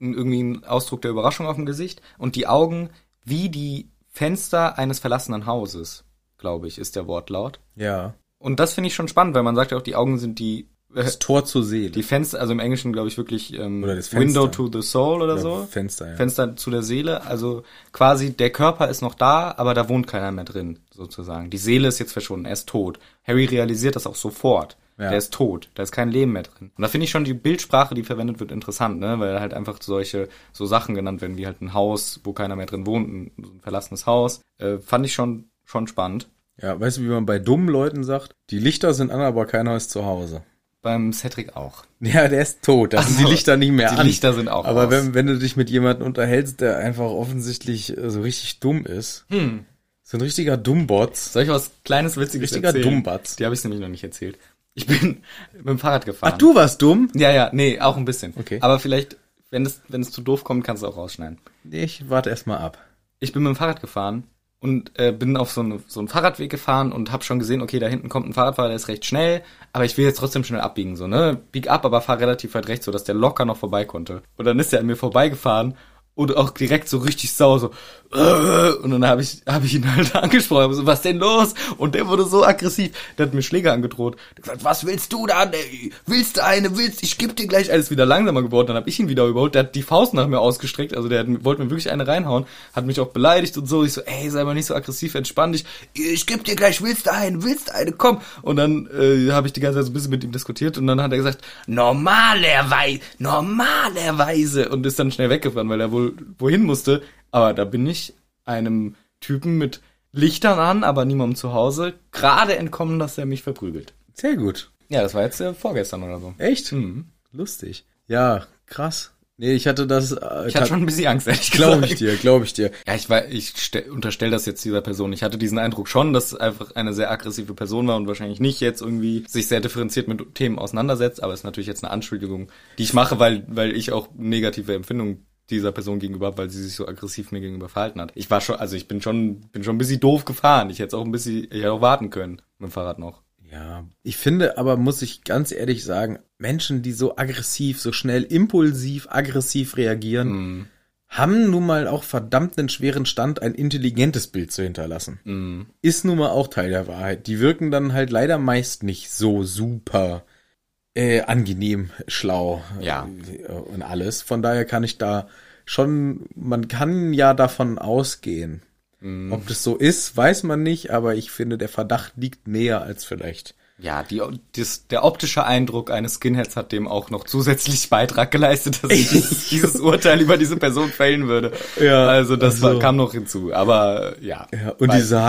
A: n- irgendwie ein Ausdruck der Überraschung auf dem Gesicht und die Augen wie die Fenster eines verlassenen Hauses, glaube ich, ist der Wortlaut.
B: Ja.
A: Und das finde ich schon spannend, weil man sagt ja auch, die Augen sind die, äh,
B: Das Tor zur Seele.
A: die Fenster, also im Englischen glaube ich wirklich ähm,
B: Oder das Fenster.
A: Window to the Soul oder so.
B: Fenster, ja.
A: Fenster zu der Seele, also quasi der Körper ist noch da, aber da wohnt keiner mehr drin, sozusagen. Die Seele ist jetzt verschwunden, er ist tot. Harry realisiert das auch sofort.
B: Ja.
A: Der ist tot, da ist kein Leben mehr drin. Und da finde ich schon die Bildsprache, die verwendet wird, interessant, ne? weil halt einfach solche so Sachen genannt werden, wie halt ein Haus, wo keiner mehr drin wohnt, ein, so ein verlassenes Haus. Äh, fand ich schon, schon spannend.
B: Ja, weißt du, wie man bei dummen Leuten sagt, die Lichter sind an, aber keiner ist zu Hause.
A: Beim Cedric auch.
B: Ja, der ist tot. Da sind
A: so.
B: die Lichter nicht mehr
A: Die
B: an.
A: Lichter sind auch
B: Aber
A: aus.
B: wenn, wenn du dich mit jemandem unterhältst, der einfach offensichtlich äh, so richtig dumm ist,
A: Hm.
B: so ein richtiger Dummbot.
A: Soll ich was kleines Witziges
B: Richtiger
A: erzählen?
B: Dummbatz.
A: Die habe ich nämlich noch nicht erzählt. Ich bin mit dem Fahrrad gefahren.
B: Ach, du warst dumm?
A: Ja, ja, nee, auch ein bisschen.
B: Okay.
A: Aber vielleicht, wenn es, wenn es zu doof kommt, kannst du auch rausschneiden.
B: Ich warte erst mal ab.
A: Ich bin mit dem Fahrrad gefahren und äh, bin auf so, eine, so einen Fahrradweg gefahren und habe schon gesehen, okay, da hinten kommt ein Fahrradfahrer, der ist recht schnell, aber ich will jetzt trotzdem schnell abbiegen, so, ne? Bieg ab, aber fahr relativ weit rechts, sodass der locker noch vorbei konnte. Und dann ist er an mir vorbeigefahren Und auch direkt so richtig sauer, so, äh, und dann habe ich, hab ich ihn halt angesprochen, so, was denn los? Und der wurde so aggressiv, der hat mir Schläge angedroht. Der hat gesagt, was willst du da, ey? Willst du eine, willst, ich geb dir gleich, alles wieder langsamer geworden, dann habe ich ihn wieder überholt, der hat die Faust nach mir ausgestreckt, also der hat, wollte mir wirklich eine reinhauen, hat mich auch beleidigt und so, ich so, ey, sei mal nicht so aggressiv, entspann dich, ich geb dir gleich, willst du eine, willst du eine, komm. Und dann äh, habe ich die ganze Zeit so ein bisschen mit ihm diskutiert und dann hat er gesagt, normalerweise, normalerweise und ist dann schnell weggefahren, weil er wohl wohin musste, aber da bin ich einem Typen mit Lichtern an, aber niemandem zu Hause, gerade entkommen, dass er mich verprügelt.
B: Sehr gut.
A: Ja, das war jetzt äh, vorgestern oder so.
B: Echt?
A: Hm.
B: Lustig. Ja, krass. Nee, ich hatte das. Äh,
A: Ich hatte schon ein bisschen Angst, ehrlich
B: glaube
A: gesagt.
B: ich dir, glaube ich dir.
A: Ja, ich, wei- ich ste- unterstelle das jetzt dieser Person. Ich hatte diesen Eindruck schon, dass es einfach eine sehr aggressive Person war und wahrscheinlich nicht jetzt irgendwie sich sehr differenziert mit Themen auseinandersetzt, aber es ist natürlich jetzt eine Anschuldigung, die ich mache, weil, weil ich auch negative Empfindungen dieser Person gegenüber habe, weil sie sich so aggressiv mir gegenüber verhalten hat. Ich war schon, also ich bin schon, bin schon ein bisschen doof gefahren. Ich hätte es auch ein bisschen, ich hätte auch warten können mit dem Fahrrad noch.
B: Ja, ich finde aber, muss ich ganz ehrlich sagen, Menschen, die so aggressiv, so schnell, impulsiv, aggressiv reagieren,
A: Hm.
B: haben nun mal auch verdammt einen schweren Stand, ein intelligentes Bild zu hinterlassen.
A: Mhm.
B: Ist nun mal auch Teil der Wahrheit. Die wirken dann halt leider meist nicht so super äh, angenehm, schlau
A: Ja.
B: äh, und alles. Von daher kann ich da schon, man kann ja davon ausgehen.
A: Mhm.
B: Ob das so ist, weiß man nicht, aber ich finde, der Verdacht liegt näher als vielleicht.
A: Ja, die, das, der optische Eindruck eines Skinheads hat dem auch noch zusätzlich Beitrag geleistet, dass ich dieses- dieses Urteil über diese Person fällen würde.
B: Ja,
A: also das war,
B: also.
A: kam noch hinzu. Aber ja.
B: Ja, und
A: Weil-
B: diese Ah.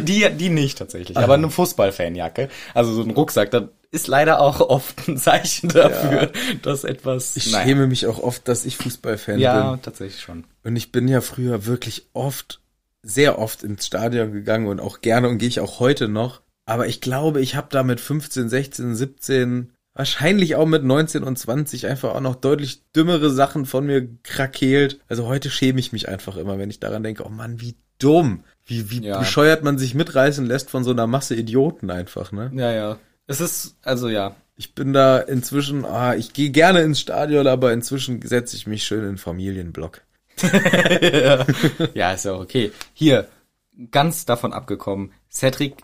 A: die, die, die nicht tatsächlich, aber eine Fußballfanjacke, also so ein Rucksack, das ist leider auch oft ein Zeichen dafür, dass etwas.
B: ich
A: Naja.
B: schäme mich auch oft, dass ich Fußballfan
A: Ja,
B: bin.
A: tatsächlich schon.
B: Und ich bin ja früher wirklich oft, sehr oft ins Stadion gegangen und auch gerne und gehe ich auch heute noch. Aber ich glaube, ich habe da mit 15, 16, 17, wahrscheinlich auch mit 19 und 20 einfach auch noch deutlich dümmere Sachen von mir krakeelt. Also heute schäme ich mich einfach immer, wenn ich daran denke, oh Mann, wie dumm. Wie, wie
A: Ja.
B: bescheuert man sich mitreißen lässt von so einer Masse Idioten einfach, ne?
A: Ja, ja. Es ist, also ja.
B: Ich bin da inzwischen, ah, ich gehe gerne ins Stadion, aber inzwischen setze ich mich schön in den Familienblock.
A: Ja, ist ja auch okay. Hier, ganz davon abgekommen. Cedric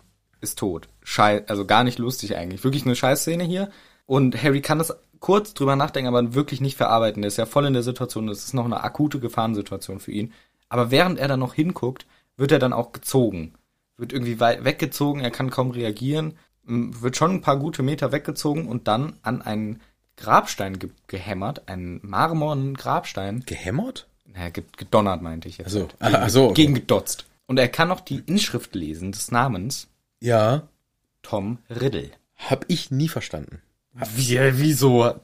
A: ist tot. Schei also gar nicht lustig eigentlich. Wirklich eine Scheißszene hier. Und Harry kann das kurz drüber nachdenken, aber wirklich nicht verarbeiten. Der ist ja voll in der Situation. Das ist noch eine akute Gefahrensituation für ihn. Aber während er dann noch hinguckt, wird er dann auch gezogen. Wird irgendwie wei- weggezogen, er kann kaum reagieren. m, Wird schon ein paar gute Meter weggezogen und dann an einen Grabstein ge gehämmert, einen marmornen Grabstein.
B: Gehämmert?
A: Naja, ge- gedonnert meinte ich jetzt.
B: Also, also
A: Gegen gedotzt. Und er kann noch die Inschrift lesen des Namens
B: ja,
A: Tom Riddle.
B: hab ich nie verstanden.
A: Wie, wieso?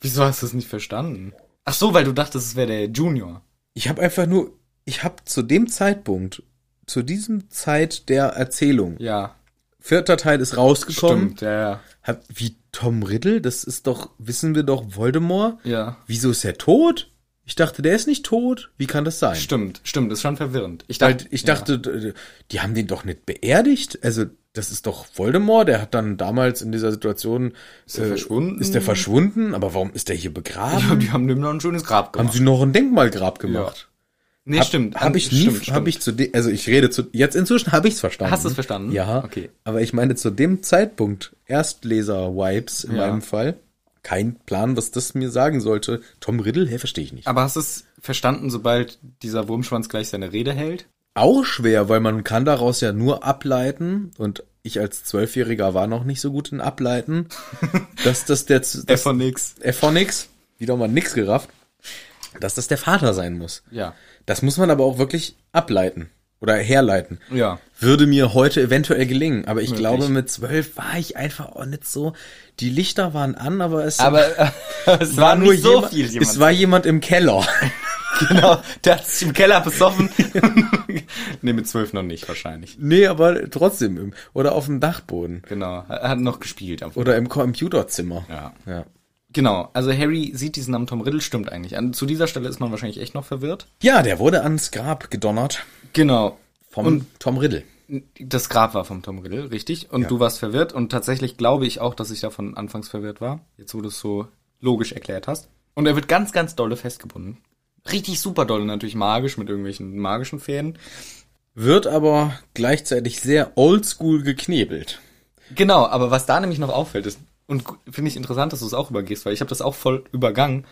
A: Wieso hast du es nicht verstanden? Ach so, weil du dachtest, es wäre der Junior.
B: Ich habe einfach nur, ich habe zu dem Zeitpunkt, zu diesem Zeit der Erzählung,
A: Ja,
B: vierter Teil ist rausgekommen.
A: stimmt, ja, ja.
B: Hab, wie Tom Riddle, das ist doch, wissen wir doch, Voldemort.
A: Ja.
B: Wieso ist er tot? Ich dachte, der ist nicht tot. Wie kann das sein?
A: Stimmt, stimmt, ist schon verwirrend. Ich
B: Weil ich dachte, d- die haben den doch nicht beerdigt. Also, das ist doch Voldemort. Der hat dann damals in dieser Situation. Ist
A: der verschwunden?
B: Ist der verschwunden? Aber warum ist der hier
A: ja,
B: begraben?
A: die haben dem noch ein schönes Grab
B: Haben
A: gemacht.
B: sie noch ein Denkmalgrab gemacht?
A: nee,
B: Hab-
A: stimmt.
B: Hab
A: an-
B: ich nie,
A: stimmt,
B: hab
A: stimmt.
B: ich zu dem, also ich rede zu, jetzt inzwischen habe ich es verstanden.
A: Hast du's verstanden?
B: Ja.
A: Okay.
B: Aber ich meine zu dem Zeitpunkt, Erstleser-Wipes in
A: Ja.
B: meinem Fall, kein Plan, was das mir sagen sollte. Tom Riddle, hä, verstehe ich nicht.
A: Aber hast du es verstanden, sobald dieser Wurmschwanz gleich seine Rede hält?
B: auch schwer, weil man kann daraus ja nur ableiten und ich als Zwölfjähriger war noch nicht so gut in Ableiten, dass das der Z-
A: Der
B: dass
A: von nix.
B: F von nix, wieder mal nix gerafft, dass das der Vater sein muss.
A: Ja.
B: Das muss man aber auch wirklich ableiten oder herleiten.
A: Ja.
B: Würde mir heute eventuell gelingen, aber ich
A: Möglich.
B: glaube, mit zwölf war ich einfach auch nicht so. Die Lichter waren an, aber es
A: es
B: war nur
A: so
B: jemand,
A: viel jemand.
B: es war jemand im Keller.
A: Genau, der hat sich im Keller besoffen. nee, mit zwölf noch nicht wahrscheinlich.
B: nee, aber trotzdem im, oder auf dem Dachboden
A: Genau, er hat noch gespielt. Am
B: oder im Computerzimmer.
A: ja.
B: Ja.
A: Genau, also Harry sieht diesen Namen Tom Riddle, stimmt eigentlich. An, zu dieser Stelle ist man wahrscheinlich echt noch verwirrt.
B: Ja, der wurde ans Grab gedonnert
A: Genau.
B: vom Tom Riddle.
A: Das Grab war vom Tom Riddle, richtig. Und du warst verwirrt. Und tatsächlich glaube ich auch, dass ich davon anfangs verwirrt war. Jetzt, wo du es so logisch erklärt hast. Und er wird ganz, ganz dolle festgebunden. richtig super doll und natürlich magisch mit irgendwelchen magischen Fäden.
B: Wird aber gleichzeitig sehr oldschool geknebelt.
A: Genau, aber was da nämlich noch auffällt ist, und gu- finde ich interessant, dass du es auch übergehst, weil ich habe das auch voll übergangen.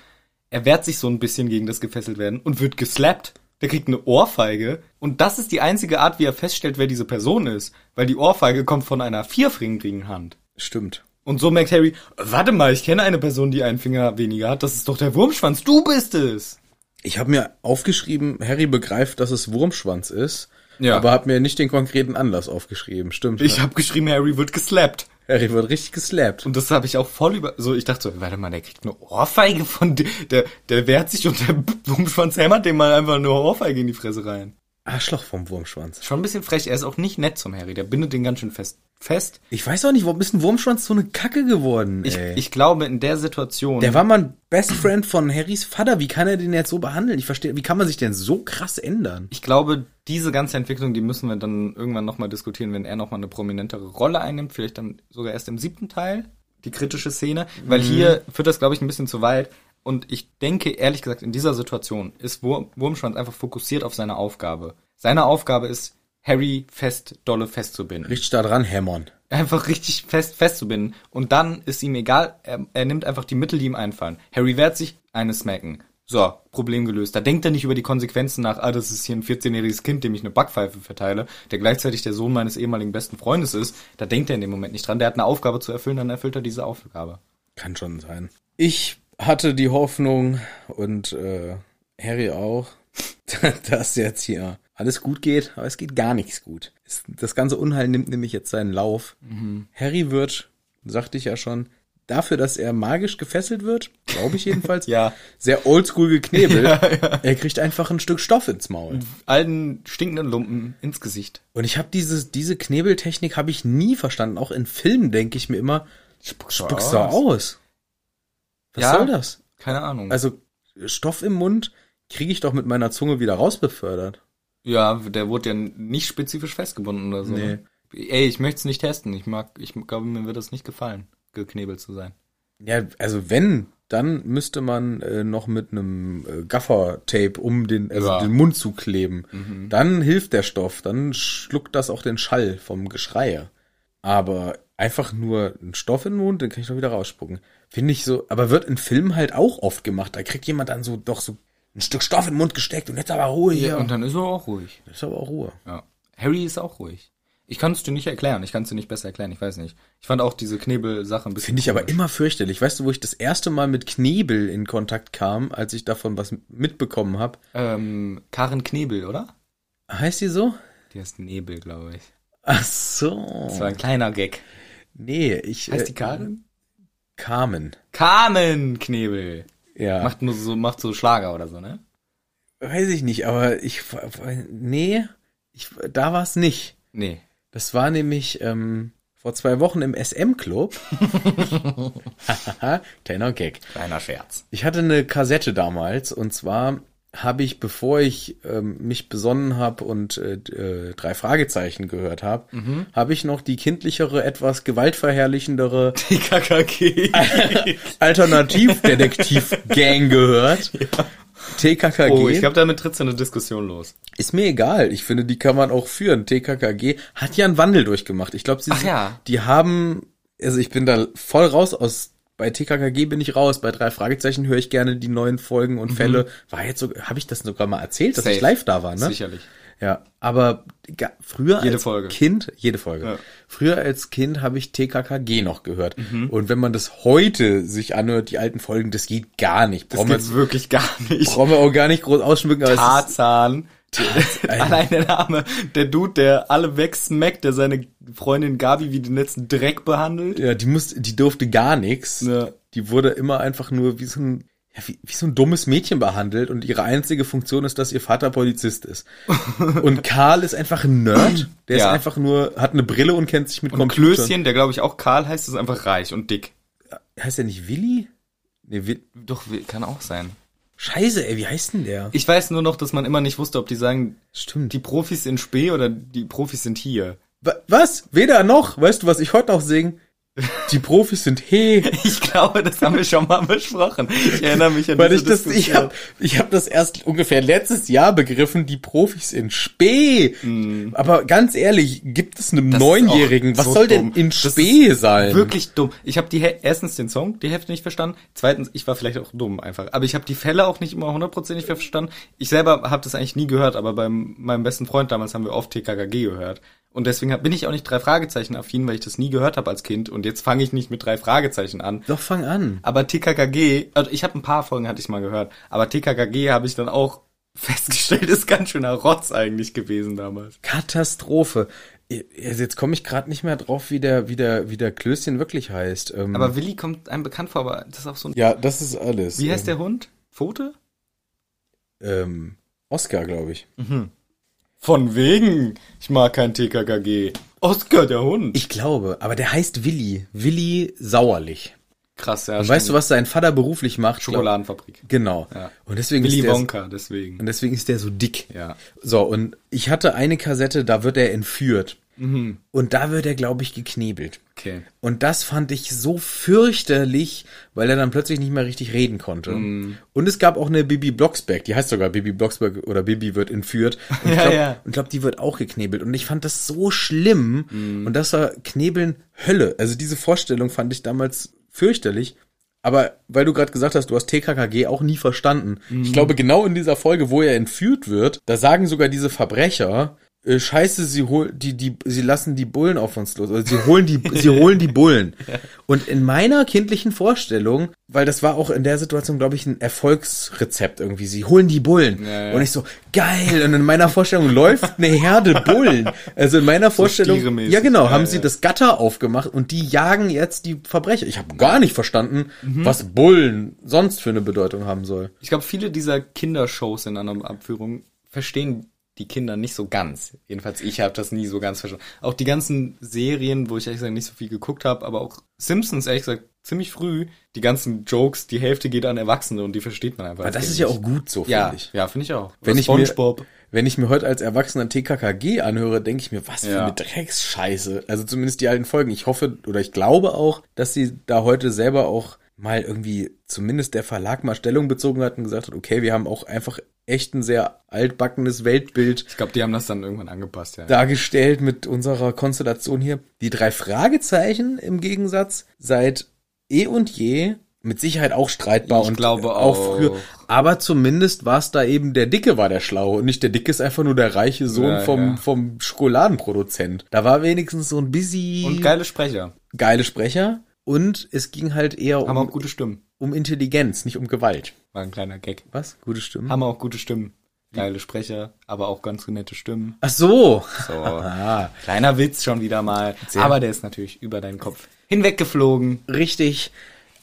A: Er wehrt sich so ein bisschen gegen das gefesselt werden und wird geslappt. Der kriegt eine Ohrfeige und das ist die einzige Art, wie er feststellt, wer diese Person ist, weil die Ohrfeige kommt von einer vierfingerigen Hand.
B: Stimmt.
A: Und so merkt Harry, warte mal, ich kenne eine Person, die einen Finger weniger hat. Das ist doch der Wurmschwanz, du bist es.
B: Ich habe mir aufgeschrieben, Harry begreift, dass es Wurmschwanz ist,
A: Ja.
B: aber habe mir nicht den konkreten Anlass aufgeschrieben. Stimmt.
A: Ich habe geschrieben, Harry wird geslappt.
B: Harry wird richtig geslappt.
A: Und das habe ich auch voll über. So, ich dachte so, warte mal, der kriegt eine Ohrfeige von dir. Der, der wehrt sich und der Wurmschwanz hämmert dem mal einfach eine Ohrfeige in die Fresse rein.
B: Arschloch vom Wurmschwanz.
A: Schon ein bisschen frech. Er ist auch nicht nett zum Harry. Der bindet den ganz schön fest. Fest.
B: Ich weiß auch nicht, warum ist ein Wurmschwanz so eine Kacke geworden?
A: Ich,
B: ey?
A: ich glaube, in der Situation.
B: der war mal ein Best Friend von Harrys Vater. Wie kann er den jetzt so behandeln? Ich verstehe, wie kann man sich denn so krass ändern?
A: ich glaube, diese ganze Entwicklung, die müssen wir dann irgendwann nochmal diskutieren, wenn er nochmal eine prominentere Rolle einnimmt, vielleicht dann sogar erst im siebten Teil, die kritische Szene, weil hier führt das, glaube ich, ein bisschen zu weit. Und ich denke, ehrlich gesagt, in dieser Situation ist Wurm Wurmschwanz einfach fokussiert auf seine Aufgabe. Seine Aufgabe ist, Harry fest, dolle festzubinden.
B: Richtig da dran hämmern.
A: Einfach richtig fest, festzubinden. Und dann ist ihm egal, er, er nimmt einfach die Mittel, die ihm einfallen. Harry wehrt sich, eine smacken. So, Problem gelöst. Da denkt er nicht über die Konsequenzen nach, ah, das ist hier ein 14-jähriges Kind, dem ich eine Backpfeife verteile, der gleichzeitig der Sohn meines ehemaligen besten Freundes ist. Da denkt er in dem Moment nicht dran. Der hat eine Aufgabe zu erfüllen, dann erfüllt er diese Aufgabe.
B: Kann schon sein. Ich hatte die Hoffnung und äh, Harry auch, dass jetzt hier alles gut geht, aber es geht gar nichts gut. Es- Das ganze Unheil nimmt nämlich jetzt seinen Lauf.
A: Mhm.
B: Harry wird, sagte ich ja schon, dafür, dass er magisch gefesselt wird, glaube ich jedenfalls,
A: Ja.
B: sehr oldschool geknebelt. Er kriegt einfach ein Stück Stoff ins Maul.
A: Allen stinkenden Lumpen ins Gesicht.
B: Und ich habe dieses diese Knebeltechnik habe ich nie verstanden. Auch in Filmen denke ich mir immer,
A: Spuckst
B: spuckst du aus? Was
A: Ja.
B: soll das?
A: Keine Ahnung.
B: Also Stoff im Mund kriege ich doch mit meiner Zunge wieder rausbefördert.
A: ja, der wurde ja nicht spezifisch festgebunden oder so.
B: Nee.
A: ne? Ey, ich möchte es nicht testen. Ich mag, ich glaube, mir wird das nicht gefallen, geknebelt zu sein.
B: Ja, also wenn, dann müsste man äh, noch mit einem äh, Gaffer-Tape um den, also
A: Ja.
B: den Mund zu kleben. Dann hilft der Stoff, dann schluckt das auch den Schall vom Geschreie. Aber einfach nur einen Stoff in den Mund, den kann ich doch wieder rausspucken. Finde ich so, aber wird in Filmen halt auch oft gemacht. Da kriegt jemand dann so doch so ein Stück Stoff in den Mund gesteckt und jetzt aber Ruhe hier.
A: Und dann ist er auch ruhig.
B: das ist aber auch Ruhe.
A: Ja. Harry ist auch ruhig. Ich kann es dir nicht erklären. Ich kann es dir nicht besser erklären. Ich weiß nicht. Ich fand auch diese Knebel-Sache ein bisschen.
B: Finde ich aber immer fürchterlich. Weißt du, wo ich das erste Mal mit Knebel in Kontakt kam, als ich davon was mitbekommen habe?
A: Ähm, Karin Knebel, oder?
B: Heißt die so?
A: Die heißt Nebel, glaube ich.
B: Ach
A: Das
B: so.
A: war ein kleiner Gag.
B: Nee, ich.
A: Heißt
B: äh,
A: die Karin?
B: Carmen.
A: Carmen Knebel.
B: Ja.
A: Macht nur so, macht so Schlager oder so, ne?
B: weiß ich nicht, aber ich. Nee, ich, da war es nicht.
A: Nee.
B: Das war nämlich ähm, vor zwei Wochen im SM-Club. Hahaha, Kleiner Gag.
A: Kleiner Scherz.
B: Ich hatte eine Kassette damals und zwar habe ich, bevor ich ähm, mich besonnen habe und äh, d- äh, drei Fragezeichen gehört habe, habe ich noch die kindlichere, etwas gewaltverherrlichendere
A: Die KKG.
B: Alternativdetektiv-Gang gehört. TKKG.
A: Oh, ich glaube, damit tritt's in eine Diskussion los.
B: Ist mir egal. Ich finde, die kann man auch führen. TKKG hat ja einen Wandel durchgemacht. Ich glaube, sie,
A: Ach ja.
B: die haben, also ich bin da voll raus aus, bei TKKG bin ich raus. Bei drei Fragezeichen höre ich gerne die neuen Folgen und Fälle. War jetzt so, habe ich das sogar mal erzählt, dass ich
A: Mhm. Safe.
B: live da war, ne?
A: Sicherlich.
B: Ja, aber ga- früher
A: Jede
B: als
A: Folge.
B: Kind, jede Folge.
A: Ja.
B: Früher als Kind habe ich TKKG noch gehört.
A: Mhm.
B: Und wenn man das heute sich anhört, die alten Folgen, das geht gar nicht.
A: Das
B: Brauchen wir,
A: geht wirklich gar nicht.
B: brauchen wir auch gar nicht groß ausschmücken, aber es ist,
A: Tarzan. Allein der Name, der Dude, der alle wegsmackt, der seine Freundin Gabi wie den letzten Dreck behandelt.
B: Ja, die musste, die durfte gar nichts.
A: Ja.
B: Die wurde immer einfach nur wie so ein, ja, wie, wie so ein dummes Mädchen behandelt und ihre einzige Funktion ist, dass ihr Vater Polizist ist. und Karl ist einfach ein Nerd, der ist
A: Ja.
B: einfach nur, hat eine Brille und kennt sich mit
A: Und
B: Computern.
A: Klößchen, der glaube ich auch Karl heißt, ist einfach reich und dick.
B: Heißt der nicht Willi? Nee, Will
A: Doch, kann auch sein.
B: Scheiße, ey, wie heißt denn der?
A: Ich weiß nur noch, dass man immer nicht wusste, ob die sagen,
B: Stimmt.
A: die Profis in Spee oder die Profis sind hier.
B: Wa- was? Weder noch? Weißt du, was ich heute noch singe? Die Profis sind he.
A: Ich glaube, das haben wir schon mal besprochen. Ich erinnere mich an
B: Weil ich
A: diese
B: das, ich
A: Diskussion.
B: habe ich hab das erst ungefähr letztes Jahr begriffen, die Profis in Spee. Aber ganz ehrlich, gibt es einem
A: Hm. Das ist auch
B: Neunjährigen, was
A: so
B: soll
A: dumm.
B: denn in
A: Das
B: Spee
A: ist
B: sein?
A: Wirklich dumm. Ich habe die Häl- erstens den Song, die Hälfte nicht verstanden. Zweitens, ich war vielleicht auch dumm einfach. Aber ich habe die Fälle auch nicht immer hundertprozentig verstanden. Ich selber habe das eigentlich nie gehört, aber beim meinem besten Freund damals haben wir oft TKKG gehört. Und deswegen hab, bin ich auch nicht drei Fragezeichen affin, weil ich das nie gehört habe als Kind. Und jetzt fange ich nicht mit drei Fragezeichen an.
B: Doch, fang an.
A: Aber TKKG, also ich habe ein paar Folgen hatte ich mal gehört, aber TKKG habe ich dann auch festgestellt, ist ganz schöner Rotz eigentlich gewesen damals.
B: Katastrophe. Eh, Jetzt komme ich gerade nicht mehr drauf, wie der, wie der, wie der Klößchen wirklich heißt. Ähm,
A: Aber Willi kommt einem bekannt vor, aber das ist auch so ein
B: ja, das ist alles.
A: Wie heißt der Hund? Pfote?
B: Ähm, Oscar, glaube ich.
A: Von wegen. Ich mag kein TKKG. Oscar, der Hund.
B: Ich glaube, aber der heißt Willi. Willi Sauerlich.
A: Krass, ja.
B: Und weißt du, was sein Vater beruflich macht?
A: Schokoladenfabrik.
B: Genau.
A: Ja.
B: Und deswegen
A: Willy
B: ist der,
A: Wonka, deswegen.
B: und deswegen ist der so dick.
A: Ja.
B: So, und ich hatte eine Kassette, da wird er entführt. Und da wird er, glaube ich, geknebelt.
A: Mhm. Okay.
B: Und das fand ich so fürchterlich, weil er dann plötzlich nicht mehr richtig reden konnte.
A: Mhm.
B: Und es gab auch eine Bibi Blocksberg, die heißt sogar Bibi Blocksberg oder Bibi wird entführt. Und ich
A: Ja,
B: glaube,
A: ja.
B: glaub, die wird auch geknebelt. Und ich fand das so schlimm.
A: Mhm.
B: Und das war Knebeln Hölle. Also diese Vorstellung fand ich damals fürchterlich. Aber weil du gerade gesagt hast, du hast TKKG auch nie verstanden.
A: Mhm.
B: Ich glaube, genau in dieser Folge, wo er entführt wird, da sagen sogar diese Verbrecher, äh, Scheiße, sie hol, die, die, sie lassen die Bullen auf uns los. Also sie holen die, sie holen die Bullen. Und in meiner kindlichen Vorstellung, weil das war auch in der Situation, glaube ich, ein Erfolgsrezept irgendwie. Sie holen die Bullen.
A: Ja, ja.
B: Und ich so, geil. Und in meiner Vorstellung läuft eine Herde Bullen. Also in meiner Vorstellung.
A: stieremäßig.
B: ja, genau.
A: Ja,
B: haben
A: ja.
B: sie das Gatter aufgemacht und die jagen jetzt die Verbrecher. Ich habe gar nicht verstanden,
A: Mhm.
B: was Bullen sonst für eine Bedeutung haben soll.
A: Ich glaube, viele dieser Kindershows in einer Abführung verstehen die Kinder nicht so ganz. Jedenfalls ich habe das nie so ganz verstanden. Auch die ganzen Serien, wo ich ehrlich gesagt nicht so viel geguckt habe, aber auch Simpsons ehrlich gesagt ziemlich früh, die ganzen Jokes, die Hälfte geht an Erwachsene und die versteht man einfach.
B: Aber das ist ja auch gut so, finde
A: ja,
B: ich.
A: ja, finde ich auch.
B: Wenn
A: Oder
B: ich, mir,
A: SpongeBob.
B: wenn ich mir heute als Erwachsener TKKG anhöre, denke ich mir, was für
A: Ja.
B: eine Drecksscheiße. Also zumindest die alten Folgen. Ich hoffe oder ich glaube auch, dass sie da heute selber auch mal irgendwie zumindest der Verlag mal Stellung bezogen hat und gesagt hat, okay, wir haben auch einfach echt ein sehr altbackenes Weltbild
A: Ich glaube, die haben das dann irgendwann angepasst, ja.
B: dargestellt mit unserer Konstellation hier. Die drei Fragezeichen im Gegensatz seit eh und je mit Sicherheit auch streitbar
A: Ich
B: und
A: glaube auch.
B: früher. Aber zumindest war es da eben der Dicke war der Schlaue und nicht der Dicke ist einfach nur der reiche Sohn
A: Ja,
B: vom,
A: ja.
B: vom Schokoladenproduzent. Da war wenigstens so ein busy
A: und geile Sprecher.
B: geile Sprecher und es ging halt eher
A: Haben auch
B: um,
A: gute Stimmen.
B: um Intelligenz, nicht um Gewalt.
A: War ein kleiner Gag.
B: Was? Gute Stimmen?
A: Haben auch gute Stimmen. Geile Sprecher, aber auch ganz nette Stimmen.
B: Ach so.
A: So.
B: Ah,
A: Kleiner Witz schon wieder mal. Aber der ist natürlich über deinen Kopf hinweggeflogen.
B: richtig.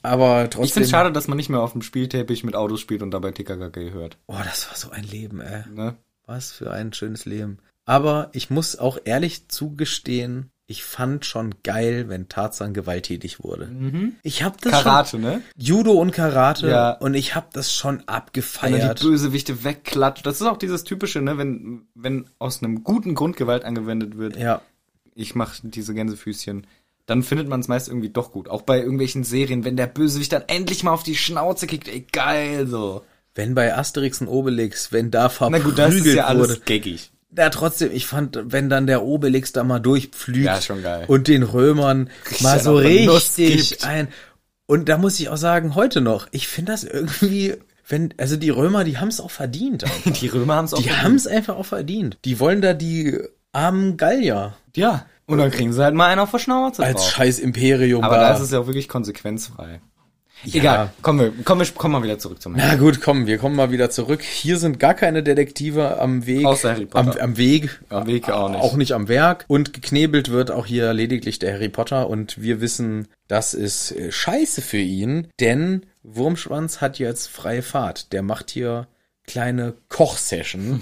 B: Aber trotzdem.
A: Ich finde es schade, dass man nicht mehr auf dem Spielteppich mit Autos spielt und dabei TKKG hört.
B: Oh, das war so ein Leben, ey.
A: Ne?
B: Was für ein schönes Leben. Aber ich muss auch ehrlich zugestehen, ich fand schon geil, wenn Tarzan gewalttätig wurde. Ich hab das
A: Karate, ne?
B: schon Judo und Karate
A: Ja.
B: und ich hab das schon
A: Wenn er die
B: abgefeiert.
A: Bösewichte wegklatscht. Das ist auch dieses typische, ne? Wenn, wenn aus einem guten Grund Gewalt angewendet wird.
B: Ja,
A: ich mache diese Gänsefüßchen, dann findet man es meist irgendwie doch gut. Auch bei irgendwelchen Serien, wenn der Bösewicht dann endlich mal auf die Schnauze kickt, ey, geil so.
B: wenn bei Asterix und Obelix, wenn da
A: Na
B: verprügelt
A: gut, das ist ja alles
B: wurde.
A: gaggig.
B: Ja, trotzdem, ich fand, wenn dann der Obelix da mal durchpflügt
A: Ja, schon geil.
B: und den Römern mal
A: einen
B: so
A: auf den Nuss
B: richtig
A: gibt.
B: ein. Und da muss ich auch sagen, heute noch, ich finde das irgendwie, wenn, also die Römer, die haben es auch verdient. einfach.
A: Die Römer haben es auch.
B: Die haben es einfach auch verdient. Die wollen da die armen Gallier
A: ja. Und dann kriegen sie halt mal einen auf der Schnauze
B: als
A: drauf.
B: scheiß Imperium
A: Aber
B: da.
A: da ist es ja auch wirklich konsequenzfrei. Egal, kommen wir, kommen wir, kommen wir wieder zurück zum Herrn.
B: Na gut, komm, wir kommen mal wieder zurück. Hier sind gar keine Detektive am Weg.
A: Außer Harry
B: am,
A: Potter.
B: am Weg.
A: Am Weg auch nicht.
B: Auch nicht am Werk. Und geknebelt wird auch hier lediglich der Harry Potter. Und wir wissen, das ist äh, scheiße für ihn, denn Wurmschwanz hat jetzt freie Fahrt. Der macht hier kleine Kochsession.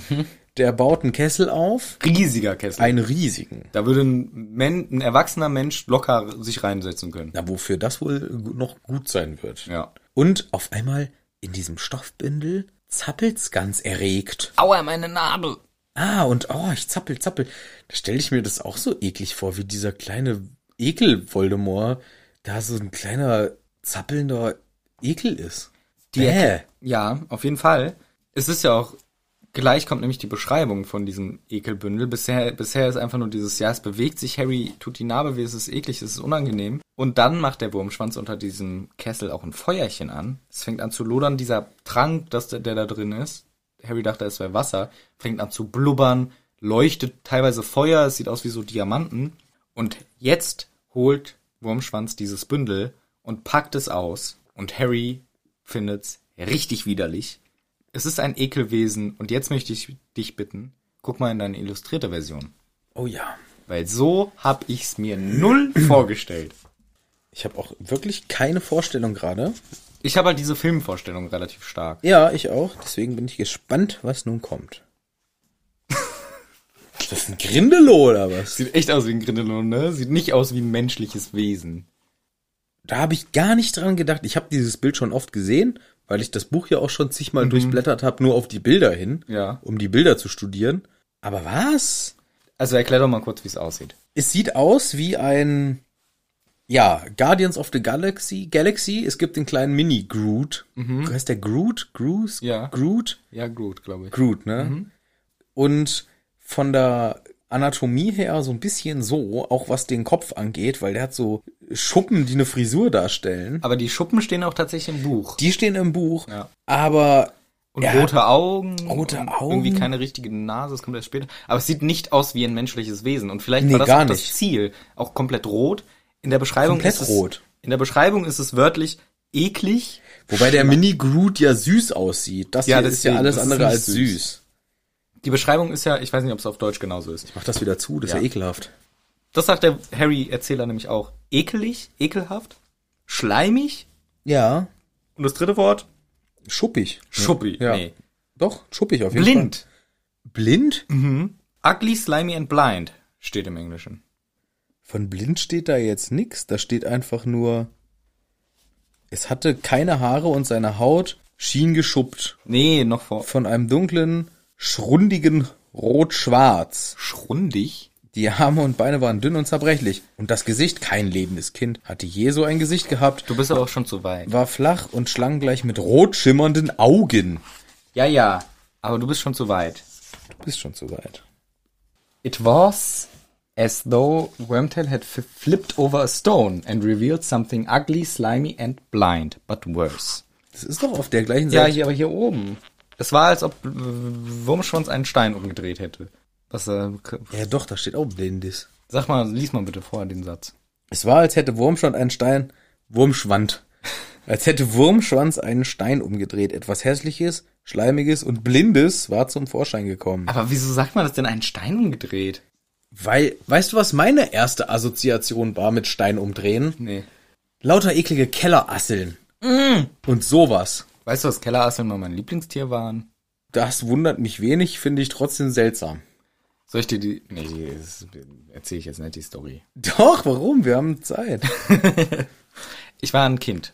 B: Der baut einen Kessel auf.
A: Riesiger Kessel.
B: Einen riesigen.
A: da würde ein, Men, ein erwachsener Mensch locker sich reinsetzen können.
B: Na, wofür das wohl gu- noch gut sein wird.
A: Ja.
B: Und auf einmal in diesem Stoffbündel zappelt's ganz erregt.
A: Aua, meine Nadel.
B: Ah, und oh, ich zappel, zappel. Da stelle ich mir das auch so eklig vor, wie dieser kleine Ekel-Voldemort da so ein kleiner zappelnder Ekel ist.
A: Die
B: Bäh.
A: Ja, auf jeden Fall. Es ist ja auch, gleich kommt nämlich die Beschreibung von diesem Ekelbündel. Bisher, bisher ist einfach nur dieses, ja, es bewegt sich, Harry tut die Narbe weh, es ist eklig, es ist unangenehm. Und dann macht der Wurmschwanz unter diesem Kessel auch ein Feuerchen an. Es fängt an zu lodern, dieser Trank, das, der, der da drin ist. Harry dachte, es wäre Wasser. Fängt an zu blubbern, leuchtet teilweise Feuer, es sieht aus wie so Diamanten. Und jetzt holt Wurmschwanz dieses Bündel und packt es aus. Und Harry findet's richtig widerlich. Es ist ein Ekelwesen und jetzt möchte ich dich bitten, guck mal in deine illustrierte Version.
B: Oh ja.
A: Weil so hab ich's mir null vorgestellt.
B: Ich habe auch wirklich keine Vorstellung gerade.
A: Ich habe halt diese Filmvorstellung relativ stark.
B: Ja, ich auch. Deswegen bin ich gespannt, was nun kommt. ist das ein Grindelow oder was?
A: Sieht echt aus wie ein Grindelon, ne? Sieht nicht aus wie ein menschliches Wesen.
B: Da habe ich gar nicht dran gedacht. Ich habe dieses Bild schon oft gesehen, weil ich das Buch ja auch schon zigmal durchblättert habe, nur auf die Bilder hin,
A: Mhm. Ja.
B: um die Bilder zu studieren. Aber was?
A: Also erklär doch mal kurz, wie es aussieht.
B: Es sieht aus wie ein ja, Guardians of the Galaxy, Galaxy. Es gibt den kleinen Mini Groot. Heißt der Groot? Groot?
A: Mhm. Ja. Mhm.
B: Groot?
A: Ja, gut, glaube ich.
B: Groot, ne? Und von der Anatomie her so ein bisschen so, auch was den Kopf angeht, weil der hat so Schuppen, die eine Frisur darstellen.
A: Aber die Schuppen stehen auch tatsächlich im Buch.
B: Die stehen im Buch,
A: Ja.
B: aber
A: Und
B: Ja.
A: rote Augen.
B: Rote
A: und
B: Augen.
A: Irgendwie keine richtige Nase, das kommt erst später. Aber es sieht nicht aus wie ein menschliches Wesen. Und vielleicht
B: Nee,
A: war das
B: gar
A: auch das
B: nicht.
A: Ziel. Auch komplett rot. In der Beschreibung
B: Komplett
A: ist es,
B: rot.
A: In der Beschreibung ist es wörtlich eklig.
B: wobei der Mini Groot ja süß aussieht. Das
A: Ja,
B: hier ist ja
A: deswegen,
B: alles
A: das ist
B: andere
A: nicht
B: als
A: süß.
B: süß.
A: Die Beschreibung ist ja, ich weiß nicht, ob es auf Deutsch genauso ist.
B: Mach das wieder zu, das
A: Ja.
B: ist ja ekelhaft.
A: Das sagt der Harry-Erzähler nämlich auch. Ekelig, ekelhaft, schleimig.
B: Ja,
A: Und das dritte Wort?
B: schuppig.
A: Schuppi.
B: Ja.
A: Nee.
B: Doch, schuppig auf jeden Fall.
A: Blind. Mhm.
B: Blind?
A: Ugly, slimy and blind steht im Englischen.
B: Von blind steht da jetzt nix. Da steht einfach nur, es hatte keine Haare und seine Haut schien geschuppt
A: Nee, noch vor.
B: von einem dunklen, schrundigen Rot-Schwarz.
A: Schrundig?
B: Die Arme und Beine waren dünn und zerbrechlich. Und das Gesicht, kein lebendes Kind, hatte je so ein Gesicht gehabt,
A: Du bist aber auch schon zu weit.
B: war flach und schlangengleich mit rot schimmernden Augen.
A: Ja, ja. Aber du bist schon zu weit.
B: Du bist schon zu weit.
A: It was as though Wormtail had f- flipped over a stone and revealed something ugly, slimy and blind, but worse.
B: Das ist doch auf der gleichen
A: Ja,
B: Seite.
A: hier, aber hier oben. Es war, als ob äh, Wurmschwanz einen Stein umgedreht hätte. Was, äh, k-
B: ja doch, da steht auch blindes.
A: sag mal, lies mal bitte vor den Satz.
B: Es war, als hätte Wurmschwanz einen Stein, Wurmschwand, als hätte Wurmschwanz einen Stein umgedreht. Etwas Hässliches, Schleimiges und Blindes war zum Vorschein gekommen.
A: Aber wieso sagt man das denn einen Stein umgedreht?
B: Weil, weißt du, was meine erste Assoziation war mit Stein umdrehen?
A: Nee.
B: Lauter eklige Kellerasseln. Und sowas.
A: Weißt du, dass Kellerasseln mal mein Lieblingstier waren?
B: Das wundert mich wenig, finde ich trotzdem seltsam.
A: Soll ich dir die. Nee, die ist- erzähl ich jetzt nicht die Story.
B: Doch, warum? Wir haben Zeit.
A: Ich war ein Kind.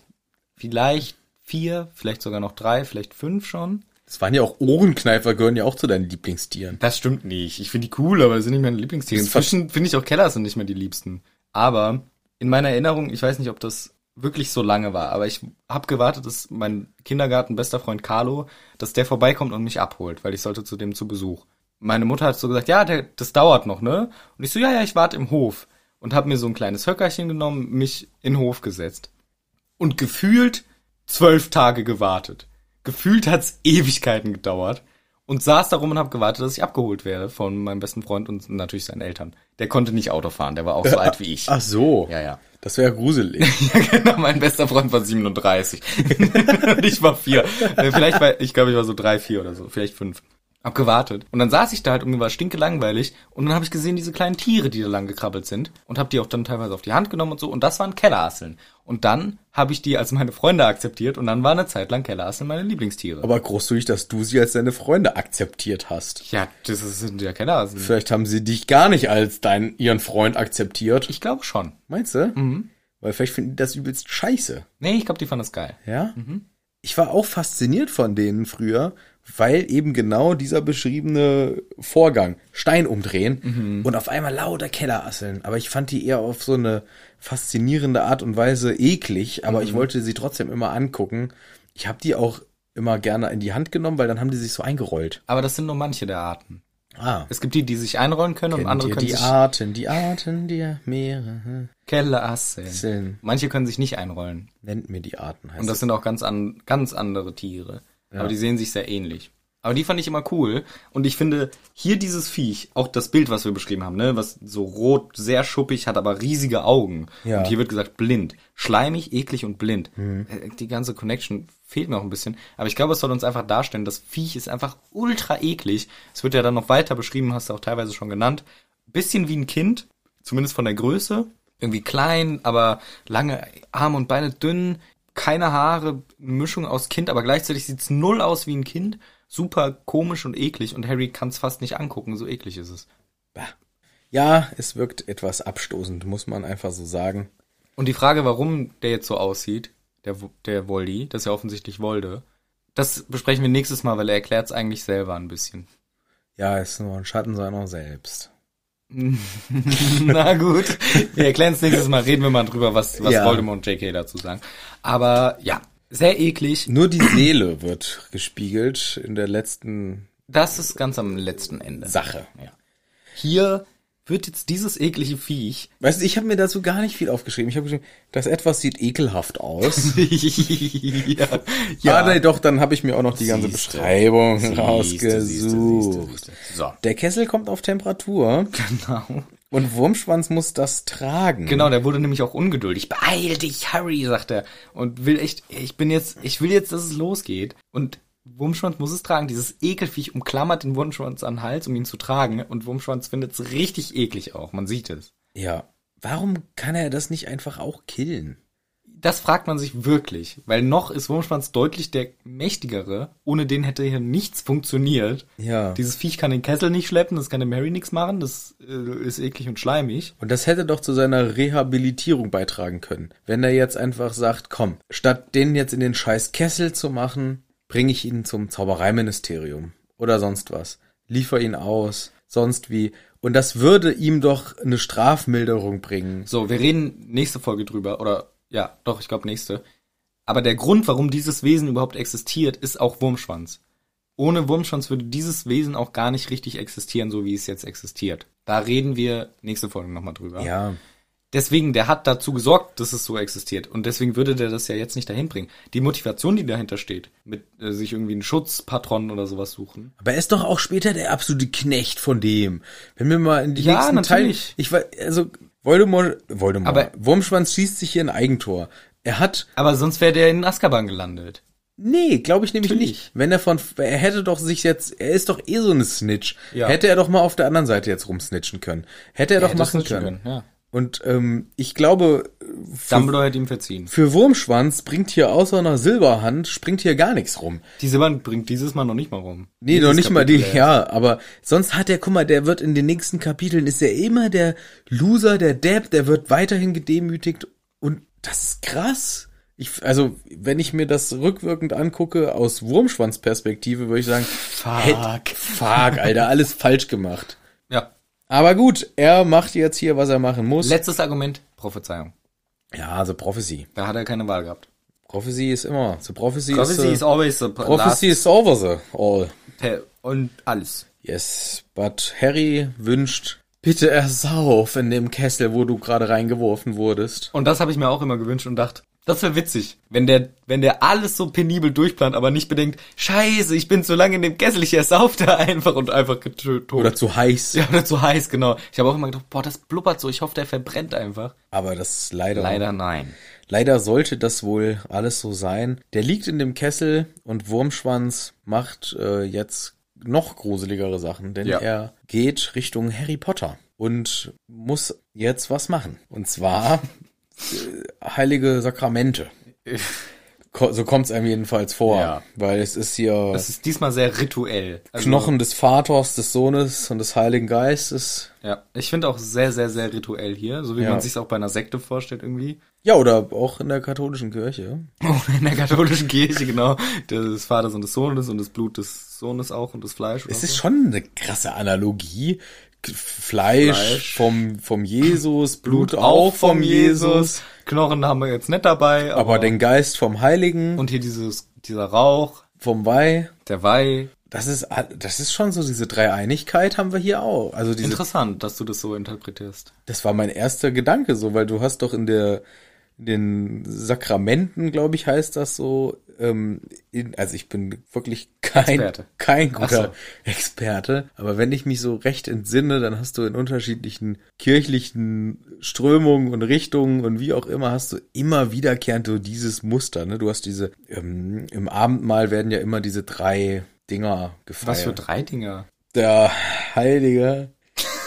A: Vielleicht vier, vielleicht sogar noch drei, vielleicht fünf schon.
B: Es waren ja auch Ohrenkneifer, gehören ja auch zu deinen Lieblingstieren.
A: Das stimmt nicht. Ich finde die cool, aber das sind nicht meine Lieblingstiere.
B: Das ver-
A: Inzwischen finde ich auch Keller sind nicht mehr die liebsten. Aber in meiner Erinnerung, ich weiß nicht, ob das wirklich so lange war, aber ich habe gewartet, dass mein Kindergartenbester Freund Carlo, dass der vorbeikommt und mich abholt, weil ich sollte zu dem zu Besuch. Meine Mutter hat so gesagt, ja, der, das dauert noch, ne? Und ich so, ja, ja, ich warte im Hof und habe mir so ein kleines Höckerchen genommen, mich in den Hof gesetzt und gefühlt zwölf Tage gewartet. Gefühlt hat's Ewigkeiten gedauert und saß da rum und habe gewartet, dass ich abgeholt werde von meinem besten Freund und natürlich seinen Eltern. Der konnte nicht Auto fahren, der war auch so alt wie ich.
B: Ach so.
A: Ja, ja.
B: Das wäre gruselig.
A: Ja, genau, mein bester Freund war 37. und ich war vier. Äh, Vielleicht war, ich glaube, ich war so drei, vier oder so, vielleicht fünf. Hab gewartet. Und dann saß ich da halt und mir war stinke langweilig. Und dann habe ich gesehen, diese kleinen Tiere, die da lang gekrabbelt sind. Und habe die auch dann teilweise auf die Hand genommen und so. Und das waren Kellerasseln. Und dann habe ich die als meine Freunde akzeptiert. Und dann war eine Zeit lang Kellerasseln meine Lieblingstiere.
B: Aber großzügig, dass du sie als deine Freunde akzeptiert hast.
A: ja, das ist- sind ja Kellerasseln.
B: Vielleicht haben sie dich gar nicht als dein, ihren Freund akzeptiert.
A: Ich glaube schon.
B: Meinst du? Weil vielleicht finden die das übelst scheiße.
A: Nee, ich glaube, die fanden das geil.
B: Ja? Ich war auch fasziniert von denen früher, weil eben genau dieser beschriebene Vorgang, Stein umdrehen
A: Mhm.
B: und auf einmal lauter Kellerasseln. Aber ich fand die eher auf so eine faszinierende Art und Weise eklig, aber
A: Mhm.
B: ich wollte sie trotzdem immer angucken. Ich habe die auch immer gerne in die Hand genommen, weil dann haben die sich so eingerollt.
A: Aber das sind nur manche der Arten.
B: Ah.
A: Es gibt die, die sich einrollen können und andere
B: Kennt
A: können
B: ihr die
A: sich
B: Arten, die Arten der Meere.
A: Kellerasseln.
B: Asseln.
A: Manche können sich nicht einrollen.
B: Nennt mir die Arten, heißt
A: Und das sind auch ganz, an, ganz andere Tiere. Aber die sehen sich sehr ähnlich. Aber die fand ich immer cool. Und ich finde, hier dieses Viech, auch das Bild, was wir beschrieben haben, ne, was so rot, sehr schuppig, hat aber riesige Augen.
B: Ja.
A: Und hier wird gesagt, blind. Schleimig, eklig und blind. Äh, Die ganze Connection fehlt mir auch ein bisschen. Aber ich glaube, es soll uns einfach darstellen, das Viech ist einfach ultra eklig. Es wird ja dann noch weiter beschrieben, hast du auch teilweise schon genannt. Bisschen wie ein Kind, zumindest von der Größe. Irgendwie klein, aber lange Arme und Beine dünn, keine Haare, Mischung aus Kind, aber gleichzeitig sieht's null aus wie ein Kind. Super komisch und eklig und Harry kann's fast nicht angucken, so eklig ist es.
B: Ja, es wirkt etwas abstoßend, muss man einfach so sagen.
A: Und die Frage, warum der jetzt so aussieht, der, Wo- der Voldy, das ist ja offensichtlich Wolde, das besprechen wir nächstes Mal, weil er erklärt's eigentlich selber ein bisschen.
B: Ja, es ist nur ein Schatten seiner selbst.
A: Na gut, wir erklären es nächstes Mal, reden wir mal drüber, was, was
B: Ja.
A: Voldemort und J.K. dazu sagen. Aber ja, sehr eklig.
B: Nur die Seele wird gespiegelt in der letzten
A: Das ist ganz am letzten Ende.
B: Sache.
A: Ja. Hier wird jetzt dieses eklige Viech
B: Weißt du, ich habe mir dazu gar nicht viel aufgeschrieben. Ich habe geschrieben, das etwas sieht ekelhaft aus.
A: ja,
B: ja, nee, doch, dann habe ich mir auch noch die ganze
A: Siehste.
B: Beschreibung
A: Siehste,
B: rausgesucht.
A: siehste, siehste, siehste. So.
B: Der Kessel kommt auf Temperatur
A: Genau.
B: und Wurmschwanz muss das tragen.
A: Genau, der wurde nämlich auch ungeduldig. Beeil dich, Harry, sagt er. Und will echt, ich bin jetzt, ich will jetzt, dass es losgeht. Und Wurmschwanz muss es tragen. Dieses Ekelviech umklammert den Wurmschwanz an den Hals, um ihn zu tragen. Und Wurmschwanz findet es richtig eklig auch. Man sieht es.
B: Ja. Warum kann er das nicht einfach auch killen?
A: Das fragt man sich wirklich, weil noch ist Wurmschwanz deutlich der mächtigere. Ohne den hätte hier nichts funktioniert.
B: Ja.
A: Dieses Viech kann den Kessel nicht schleppen, das kann dem Harry nichts machen, das äh, ist eklig und schleimig.
B: Und das hätte doch zu seiner Rehabilitierung beitragen können. Wenn er jetzt einfach sagt, komm, statt den jetzt in den scheiß Kessel zu machen, bringe ich ihn zum Zaubereiministerium oder sonst was. Liefer ihn aus, sonst wie. Und das würde ihm doch eine Strafmilderung bringen.
A: So, wir reden nächste Folge drüber, oder ja, doch, ich glaube nächste. Aber der Grund, warum dieses Wesen überhaupt existiert, ist auch Wurmschwanz. Ohne Wurmschwanz würde dieses Wesen auch gar nicht richtig existieren, so wie es jetzt existiert. Da reden wir nächste Folge nochmal drüber.
B: Ja,
A: Deswegen, der hat dazu gesorgt, dass es so existiert. Und deswegen würde der das ja jetzt nicht dahin bringen. Die Motivation, die dahinter steht, mit äh, sich irgendwie einen Schutzpatron oder sowas suchen,
B: aber er ist doch auch später der absolute Knecht von dem. Wenn wir mal in die
A: Ja,
B: nächsten
A: natürlich.
B: Teil, ich weiß, also Voldemort, Voldemort,
A: Aber-
B: Wurmschwanz schießt sich hier ein Eigentor. Er hat
A: Aber sonst wäre der in Azkaban gelandet.
B: Nee, glaube ich nämlich
A: Natürlich.
B: nicht. Wenn er von, er hätte doch sich jetzt, er ist doch eh so eine Snitch.
A: Ja.
B: Hätte er doch mal auf der anderen Seite jetzt rumsnitchen können. Hätte er, doch
A: hätte
B: machen
A: snitchen
B: können.
A: können, ja.
B: Und ähm, ich glaube,
A: Dumbledore hätte ihm verziehen.
B: für Wurmschwanz bringt hier außer einer Silberhand, springt hier gar nichts rum.
A: Die Silbern bringt dieses Mal noch nicht mal rum.
B: Nee,
A: Dieses
B: noch nicht mal die,
A: Kapitel, ja.
B: ja, aber sonst hat der, guck mal, der wird in den nächsten Kapiteln, ist er immer der Loser, der Depp, der wird weiterhin gedemütigt und das ist krass. Ich, also, wenn ich mir das rückwirkend angucke, aus Wurmschwanzperspektive, würde ich sagen, fuck, fuck, Alter, alles falsch gemacht.
A: Ja.
B: Aber gut, er macht jetzt hier, was er machen muss.
A: Letztes Argument, Prophezeiung.
B: ja, also Prophecy.
A: Da hat er keine Wahl gehabt.
B: Prophecy ist immer, so Prophecy,
A: Prophecy
B: ist,
A: is always the
B: äh, Prophecy is over the all.
A: last und alles.
B: Yes, but Harry wünscht, bitte ersauf in dem Kessel, wo du gerade reingeworfen wurdest.
A: Und das habe ich mir auch immer gewünscht und dachte, das wäre witzig, wenn der, wenn der alles so penibel durchplant, aber nicht bedenkt, scheiße, ich bin zu lange in dem Kessel, ich ersauf da einfach und einfach getötet.
B: Oder zu heiß.
A: ja, oder zu heiß, genau. Ich habe auch immer gedacht, boah, das blubbert so, ich hoffe, der verbrennt einfach.
B: Aber das ist leider,
A: Leider nein.
B: leider sollte das wohl alles so sein. Der liegt in dem Kessel und Wurmschwanz macht äh, jetzt noch gruseligere Sachen, denn
A: Ja.
B: er geht Richtung Harry Potter und muss jetzt was machen. Und zwar äh, heilige Sakramente. Ko- So kommt's einem jedenfalls vor,
A: Äh. Ja.
B: weil es ist hier
A: Das ist diesmal sehr rituell. Also,
B: Knochen des Vaters, des Sohnes und des Heiligen Geistes.
A: Ja, ich finde auch sehr, sehr, sehr rituell hier, so wie
B: Ja.
A: man sich auch bei einer Sekte vorstellt irgendwie.
B: Ja, oder auch in der katholischen Kirche.
A: Oh, in der katholischen Kirche, genau. Des Vaters und des Sohnes und des Blut des Sohnes auch und des Fleisch. oder
B: Es ist
A: so.
B: schon eine krasse Analogie. K- Fleisch,
A: Fleisch.
B: vom, vom Jesus, Blut auch vom Jesus,
A: Knochen haben wir jetzt nicht dabei.
B: aber den Geist vom Heiligen,
A: und hier dieses, dieser Rauch,
B: vom Weih.
A: der Weih.
B: Das ist, a- das ist schon so, diese Dreieinigkeit haben wir hier auch. Also diese,
A: Interessant, dass du das so interpretierst.
B: das war mein erster Gedanke so, weil du hast doch in der, in den Sakramenten, glaube ich, heißt das so, ähm, in, also ich bin wirklich kein,
A: Experte.
B: kein
A: Ach
B: guter Experte, aber wenn ich mich so recht entsinne, dann hast du in unterschiedlichen kirchlichen Strömungen und Richtungen und wie auch immer hast du immer wiederkehrend so dieses Muster, ne? Du hast diese, ähm, im Abendmahl werden ja immer diese drei Dinger gefeiert.
A: Was für drei Dinger?
B: Der Heilige,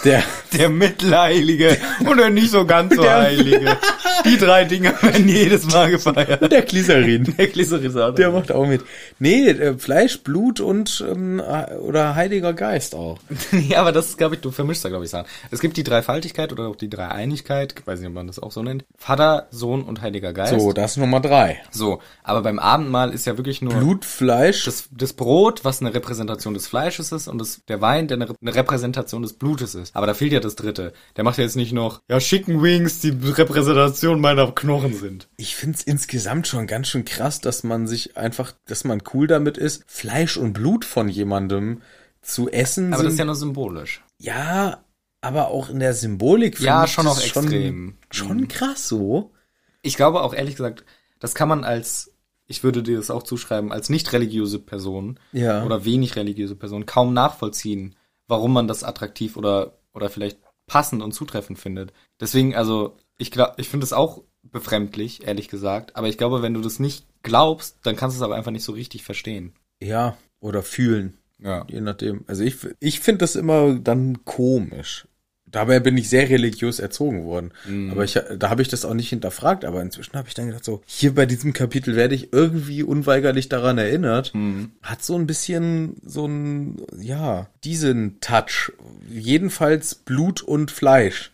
B: der,
A: Der Mitteleilige und der nicht so ganz so Heilige. Die drei Dinger werden jedes Mal gefeiert.
B: der Glycerin.
A: Der Glycerin
B: Der macht auch mit. Nee, äh, Fleisch, Blut und ähm, äh, oder Heiliger Geist auch.
A: Ja, aber das, glaube ich, du vermischst da, glaube ich, Sachen. Es gibt die Dreifaltigkeit oder auch die Dreieinigkeit, ich weiß nicht, ob man das auch so nennt. Vater, Sohn und Heiliger Geist.
B: So, das ist Nummer drei.
A: So, aber beim Abendmahl ist ja wirklich nur
B: Blut, Fleisch.
A: das, das Brot, was eine Repräsentation des Fleisches ist, und das, der Wein, der eine, Re- eine Repräsentation des Blutes ist. Aber da fehlt ja das Dritte. Der macht ja jetzt nicht noch, ja, Chicken Wings, die Repräsentation meiner Knochen sind.
B: ich find's insgesamt schon ganz schön krass, dass man sich einfach, dass man cool damit ist, Fleisch und Blut von jemandem zu essen.
A: Aber das ist ja
B: sind,
A: nur symbolisch.
B: ja, aber auch in der Symbolik. find
A: Ja,
B: ich
A: schon
B: das
A: auch extrem. Mhm.
B: Schon krass so.
A: Ich glaube auch ehrlich gesagt, das kann man als, ich würde dir das auch zuschreiben, als nicht religiöse Person
B: Ja.
A: oder wenig religiöse Person kaum nachvollziehen, warum man das attraktiv oder, oder vielleicht passend und zutreffend findet. Deswegen, also, ich glaube, ich finde es auch befremdlich, ehrlich gesagt. Aber ich glaube, wenn du das nicht glaubst, dann kannst du es aber einfach nicht so richtig verstehen.
B: Ja, oder fühlen.
A: Ja.
B: Je nachdem. Also ich, ich finde das immer dann komisch. Dabei bin ich sehr religiös erzogen worden.
A: Mhm.
B: Aber ich, da habe ich das auch nicht hinterfragt. Aber inzwischen habe ich dann gedacht, so, hier bei diesem Kapitel werde ich irgendwie unweigerlich daran erinnert.
A: Mhm.
B: Hat so ein bisschen so ein, ja, diesen Touch. Jedenfalls Blut und Fleisch.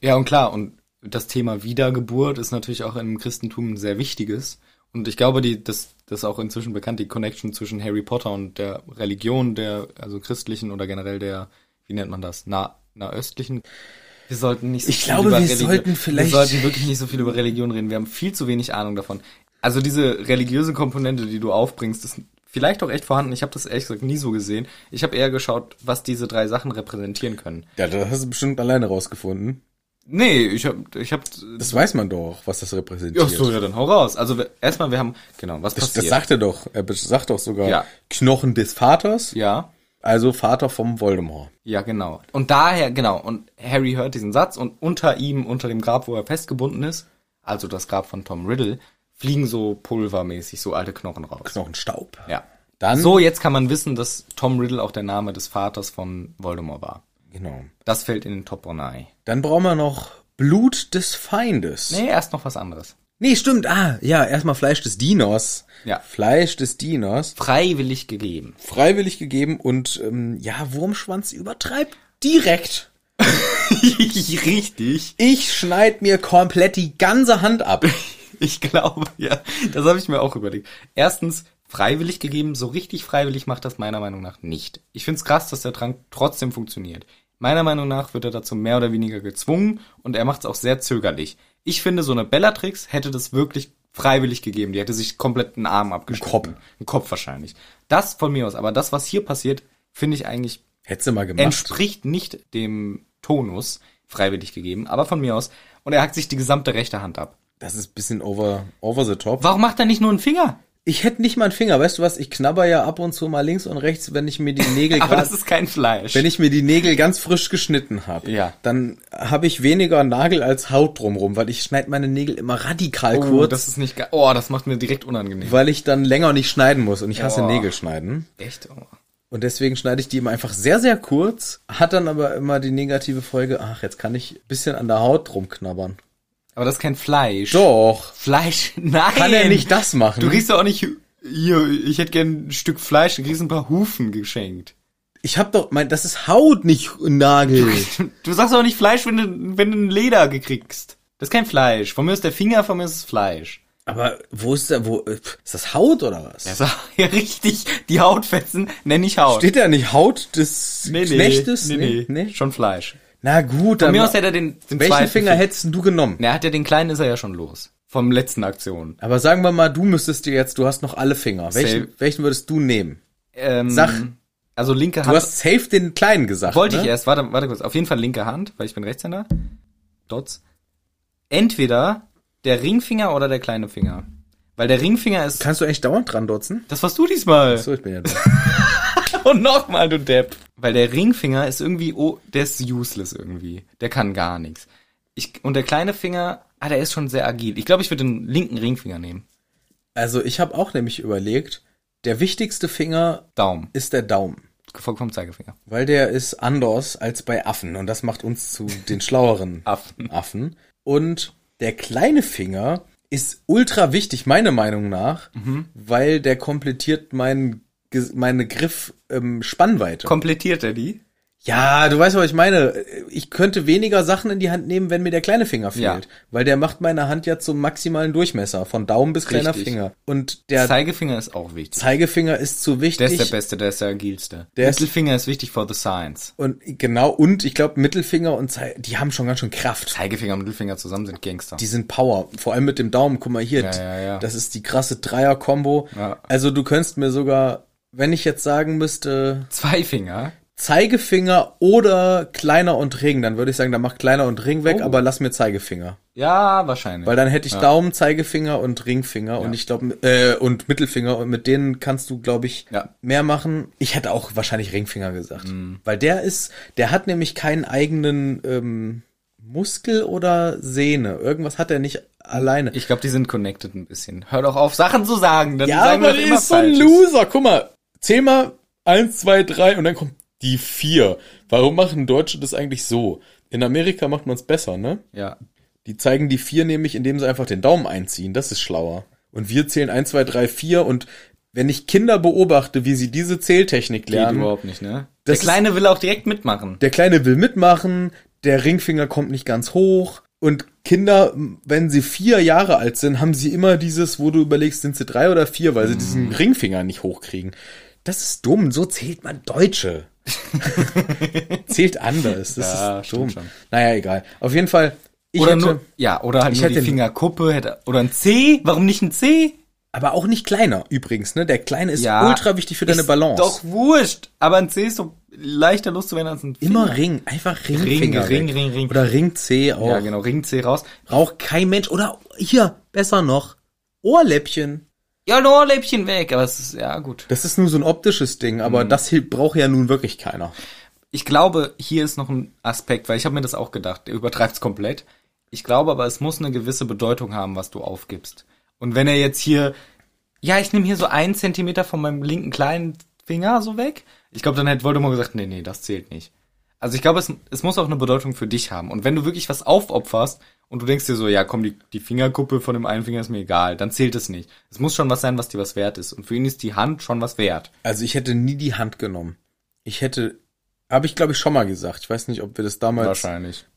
A: Ja, und klar, und das Thema Wiedergeburt ist natürlich auch im Christentum ein sehr wichtiges. Und ich glaube, die, das, das ist auch inzwischen bekannt, die Connection zwischen Harry Potter und der Religion, der, also christlichen oder generell der, wie nennt man das, na, nahöstlichen. Wir sollten nicht so
B: Ich glaube, wir sollten vielleicht-
A: Wir sollten wirklich nicht so viel über Religion reden. Wir haben viel zu wenig Ahnung davon. Also diese religiöse Komponente, die du aufbringst, ist vielleicht auch echt vorhanden. Ich habe das ehrlich gesagt nie so gesehen. Ich habe eher geschaut, was diese drei Sachen repräsentieren können.
B: Ja, das hast du bestimmt alleine rausgefunden.
A: Nee, ich habe ich hab
B: Das weiß man doch, was das repräsentiert.
A: Ach so, ja, dann hau raus. Also wir- erstmal, wir haben, genau, was
B: Das,
A: passiert?
B: das sagt er doch. Er sagt doch sogar
A: Ja.
B: Knochen des Vaters.
A: ja,
B: Also Vater vom Voldemort.
A: ja, genau. Und daher, genau, und Harry hört diesen Satz und unter ihm, unter dem Grab, wo er festgebunden ist, also das Grab von Tom Riddle, fliegen so pulvermäßig so alte Knochen raus.
B: Knochenstaub.
A: Ja.
B: Dann,
A: So, jetzt kann man wissen, dass Tom Riddle auch der Name des Vaters von Voldemort war.
B: genau.
A: Das fällt in den Top 9.
B: Dann brauchen wir noch Blut des Feindes.
A: Nee, erst noch was anderes.
B: Nee, stimmt. Ah, ja, erstmal Fleisch des Dieners.
A: Ja.
B: Fleisch des Dieners.
A: Freiwillig gegeben.
B: Freiwillig gegeben und, ähm, ja, Wurmschwanz übertreibt direkt.
A: Richtig.
B: Ich schneid mir komplett die ganze Hand ab.
A: Ich glaube, ja. Das habe ich mir auch überlegt. Erstens, freiwillig gegeben, so richtig freiwillig macht das meiner Meinung nach nicht. Ich finde es krass, dass der Trank trotzdem funktioniert. Meiner Meinung nach wird er dazu mehr oder weniger gezwungen und er macht es auch sehr zögerlich. Ich finde, so eine Bellatrix hätte das wirklich freiwillig gegeben. Die hätte sich komplett einen Arm abgeschnitten.
B: Kopf.
A: Ein Kopf wahrscheinlich. Das von mir aus. Aber das, was hier passiert, finde ich eigentlich
B: Hättest du mal gemacht.
A: entspricht nicht dem Tonus freiwillig gegeben, aber von mir aus. Und er hackt sich die gesamte rechte Hand ab.
B: das ist bisschen over, over the top.
A: Warum macht er nicht nur einen Finger?
B: Ich hätte nicht mal einen Finger. Weißt du was? Ich knabber ja ab und zu mal links und rechts, wenn ich mir die Nägel
A: Aber
B: gerade
A: das ist kein Fleisch.
B: Wenn ich mir die Nägel ganz frisch geschnitten habe,
A: Ja.
B: dann habe ich weniger Nagel als Haut drumrum, weil ich schneide meine Nägel immer radikal
A: oh,
B: kurz,
A: das ist nicht geil. Oh, das macht mir direkt unangenehm.
B: weil ich dann länger nicht schneiden muss und ich hasse
A: Oh.
B: Nägel schneiden.
A: Echt? Oh.
B: Und deswegen schneide ich die immer einfach sehr, sehr kurz, hat dann aber immer die negative Folge, ach, jetzt kann ich ein bisschen an der Haut rumknabbern.
A: Aber das ist kein Fleisch.
B: Doch,
A: Fleisch? Nein.
B: kann er nicht das machen?
A: Du riechst doch auch nicht. Hier, ich hätte gern ein Stück Fleisch, du kriegst ein paar Hufen geschenkt.
B: ich habe doch, mein, das ist Haut, nicht Nagel.
A: Du sagst doch nicht Fleisch, wenn du, wenn du ein Leder gekriegst.
C: Das ist kein Fleisch. Von mir ist der Finger, von mir ist das Fleisch.
B: Aber wo ist der, wo, äh, ist das Haut oder was?
A: Also, ja, richtig. Die Hautfetzen nenne ich Haut.
B: Steht da nicht Haut des Knechtes?
C: Nee, nee, nee. Schon Fleisch.
B: Na gut,
A: Von
B: dann,
A: mir aus hätte er den, den
B: welchen
A: zweiten
B: Finger hättest denn du genommen?
A: Na, Er hat ja den kleinen, ist er ja schon los. Vom letzten Aktion.
B: Aber sagen wir mal, du müsstest dir jetzt, du hast noch alle Finger.
A: Safe.
B: Welchen, welchen würdest du nehmen?
A: Ähm,
B: Sag.
A: Also linke
B: Du
A: Hand.
B: hast safe den kleinen gesagt.
A: wollte
B: ne?
A: ich erst, warte, warte kurz. Auf jeden Fall linke Hand, weil ich bin Rechtshänder. Dots. Entweder der Ringfinger oder der kleine Finger. Weil der Ringfinger ist.
B: Kannst du eigentlich dauernd dran dotzen?
A: das warst du diesmal.
B: So, ich bin ja dran.
A: Und nochmal, du Depp. Weil der Ringfinger ist irgendwie, oh, der ist useless irgendwie. Der kann gar nichts. Ich, und der kleine Finger, ah, der ist schon sehr agil. Ich glaube, ich würde den linken Ringfinger nehmen.
B: Also ich habe auch nämlich überlegt, der wichtigste Finger
A: Daumen.
B: ist der Daumen,
A: Gefolgt vom Zeigefinger.
B: weil der ist anders als bei Affen und das macht uns zu den schlaueren
A: Affen.
B: Affen. Und der kleine Finger ist ultra wichtig, meiner Meinung nach, weil der komplettiert mein, Ge- meine ähm, Griff-Spannweite.
A: Komplettiert er die?
B: ja, du weißt, was ich meine. Ich könnte weniger Sachen in die Hand nehmen, wenn mir der kleine Finger fehlt.
A: Ja.
B: Weil der macht meine Hand ja zum maximalen Durchmesser, von Daumen bis kleiner
A: Richtig.
B: Finger. Und der
A: Zeigefinger ist auch wichtig.
B: Zeigefinger ist zu
A: Der
B: wichtig.
A: ist der Beste, der ist der agilste.
B: Der ist-
A: Mittelfinger ist wichtig for the science.
B: Und genau, und ich glaube, Mittelfinger und Zei die haben schon ganz schön Kraft.
A: Zeigefinger und Mittelfinger zusammen sind Gangster.
B: Die sind Power. Vor allem mit dem Daumen. Guck mal hier.
A: Ja, ja, ja.
B: Das ist die krasse Dreier-Kombo.
A: Ja.
B: Also du könntest mir sogar, wenn ich jetzt sagen müsste,
A: Zwei Finger?
B: Zeigefinger oder Kleiner und Ring, dann würde ich sagen, dann mach Kleiner und Ring weg,
A: Oh.
B: aber lass mir Zeigefinger.
A: Ja, wahrscheinlich.
B: Weil dann hätte ich Daumen, Zeigefinger und Ringfinger und ich glaube, äh, und Mittelfinger und mit denen kannst du, glaube ich,
A: Ja. Mhm.
B: mehr machen. Ich hätte auch wahrscheinlich Ringfinger gesagt. Weil der ist, der hat nämlich keinen eigenen ähm, Muskel oder Sehne. Irgendwas hat er nicht alleine.
A: ich glaube, die sind connected ein bisschen. Hör doch auf, Sachen zu sagen, dann
B: ja,
A: sagen
B: aber
A: wir
B: der
A: immer
B: ist so ein
A: Falsches.
B: Loser. Guck mal, zähl mal eins, zwei, drei und dann kommt die vier. Warum machen Deutsche das eigentlich so? In Amerika macht man es besser, ne?
A: Ja.
B: Die zeigen die vier nämlich, indem sie einfach den Daumen einziehen. Das ist schlauer. Und wir zählen eins, zwei, drei, vier. Und wenn ich Kinder beobachte, wie sie diese Zähltechnik
A: Geht
B: lernen,
A: überhaupt nicht, ne?
B: Das
A: der Kleine will auch direkt mitmachen.
B: der Kleine will mitmachen, der Ringfinger kommt nicht ganz hoch. Und Kinder, wenn sie vier Jahre alt sind, haben sie immer dieses, wo du überlegst, sind sie drei oder vier, weil sie
A: Mhm.
B: diesen Ringfinger nicht hochkriegen. Das ist dumm, so zählt man Deutsche. zählt anders, das
A: Ja,
B: ist
A: stimmt
B: dumm.
A: schon.
B: Naja, egal. Auf jeden Fall, ich
A: Oder
B: hätte-
A: nur, ja, oder halt
B: Ich
A: nur
B: hätte-
A: die Fingerkuppe, hätte, oder ein C? Warum nicht ein C?
B: Aber auch nicht kleiner übrigens, ne? Der kleine ist
A: Ja,
B: ultra wichtig für deine
A: Ist
B: Balance.
A: Doch wurscht, aber ein C ist so leichter loszuwerden als ein Finger.
B: Immer Ring, einfach Ringfinger.
A: Ring,
B: weg.
A: Ring, Ring.
B: Oder Ring C auch.
A: Ja, genau, Ring C raus.
B: Braucht kein Mensch. Oder hier, besser noch, Ohrläppchen.
A: Ja, ein Ohrläppchen weg, aber es ist, ja, gut.
B: Das ist nur so ein optisches Ding, aber
A: Mhm.
B: das hilft, braucht ja nun wirklich keiner.
A: Ich glaube, hier ist noch ein Aspekt, weil ich habe mir das auch gedacht, der übertreibt es komplett. Ich glaube aber, es muss eine gewisse Bedeutung haben, was du aufgibst. Und wenn er jetzt hier, ja, ich nehme hier so einen Zentimeter von meinem linken kleinen Finger so weg, ich glaube, dann hätte Voldemort gesagt, nee, nee, das zählt nicht. Also ich glaube, es, es muss auch eine Bedeutung für dich haben. Und wenn du wirklich was aufopferst und du denkst dir so, ja, komm, die, die Fingerkuppe von dem einen Finger ist mir egal, dann zählt es nicht. Es muss schon was sein, was dir was wert ist. Und für ihn ist die Hand schon was wert.
B: Also ich hätte nie die Hand genommen. Ich hätte, habe ich glaube ich schon mal gesagt. Ich weiß nicht, ob wir das damals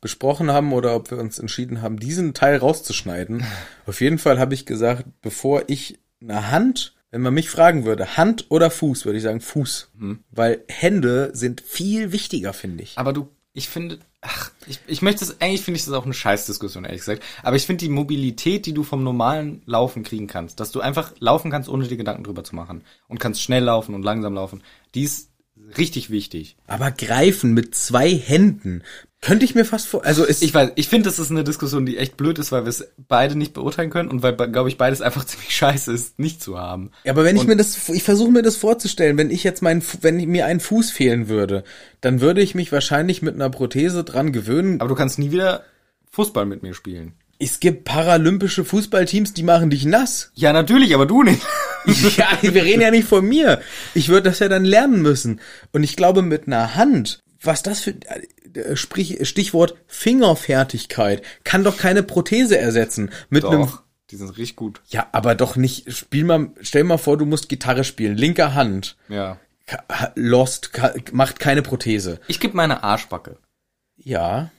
B: besprochen haben oder ob wir uns entschieden haben, diesen Teil rauszuschneiden. Auf jeden Fall habe ich gesagt, bevor ich eine Hand, wenn man mich fragen würde, Hand oder Fuß, würde ich sagen Fuß.
A: Mhm.
B: Weil Hände sind viel wichtiger, finde ich.
A: Aber du, ich finde, ach, ich, ich möchte es, eigentlich finde ich das auch eine Scheißdiskussion, ehrlich gesagt. Aber ich finde die Mobilität, die du vom normalen Laufen kriegen kannst, dass du einfach laufen kannst, ohne dir Gedanken drüber zu machen und kannst schnell laufen und langsam laufen, die ist richtig wichtig.
B: Aber greifen mit zwei Händen, könnte ich mir fast vor, also es,
A: Ich weiß, ich finde, das ist eine Diskussion, die echt blöd ist, weil wir es beide nicht beurteilen können und weil, glaube ich, beides einfach ziemlich scheiße ist, nicht zu haben.
B: aber wenn ich mir das, ich versuche mir das vorzustellen, wenn ich jetzt meinen, Fu- wenn mir ein Fuß fehlen würde, dann würde ich mich wahrscheinlich mit einer Prothese dran gewöhnen,
A: Aber du kannst nie wieder Fußball mit mir spielen.
B: es gibt paralympische Fußballteams, die machen dich nass.
A: Ja, natürlich, aber du nicht.
B: Ja, wir reden ja nicht von mir. Ich würde das ja dann lernen müssen. Und ich glaube, mit einer Hand, was das für, äh, sprich, Stichwort Fingerfertigkeit, kann doch keine Prothese ersetzen. Mit einem,
A: Doch, die sind richtig gut.
B: ja, aber doch nicht, spiel mal, stell mal vor, du musst Gitarre spielen, linker Hand.
A: Ja.
B: Ka- ha- Lost, ka- macht keine Prothese.
A: Ich gebe meine Arschbacke.
B: Ja.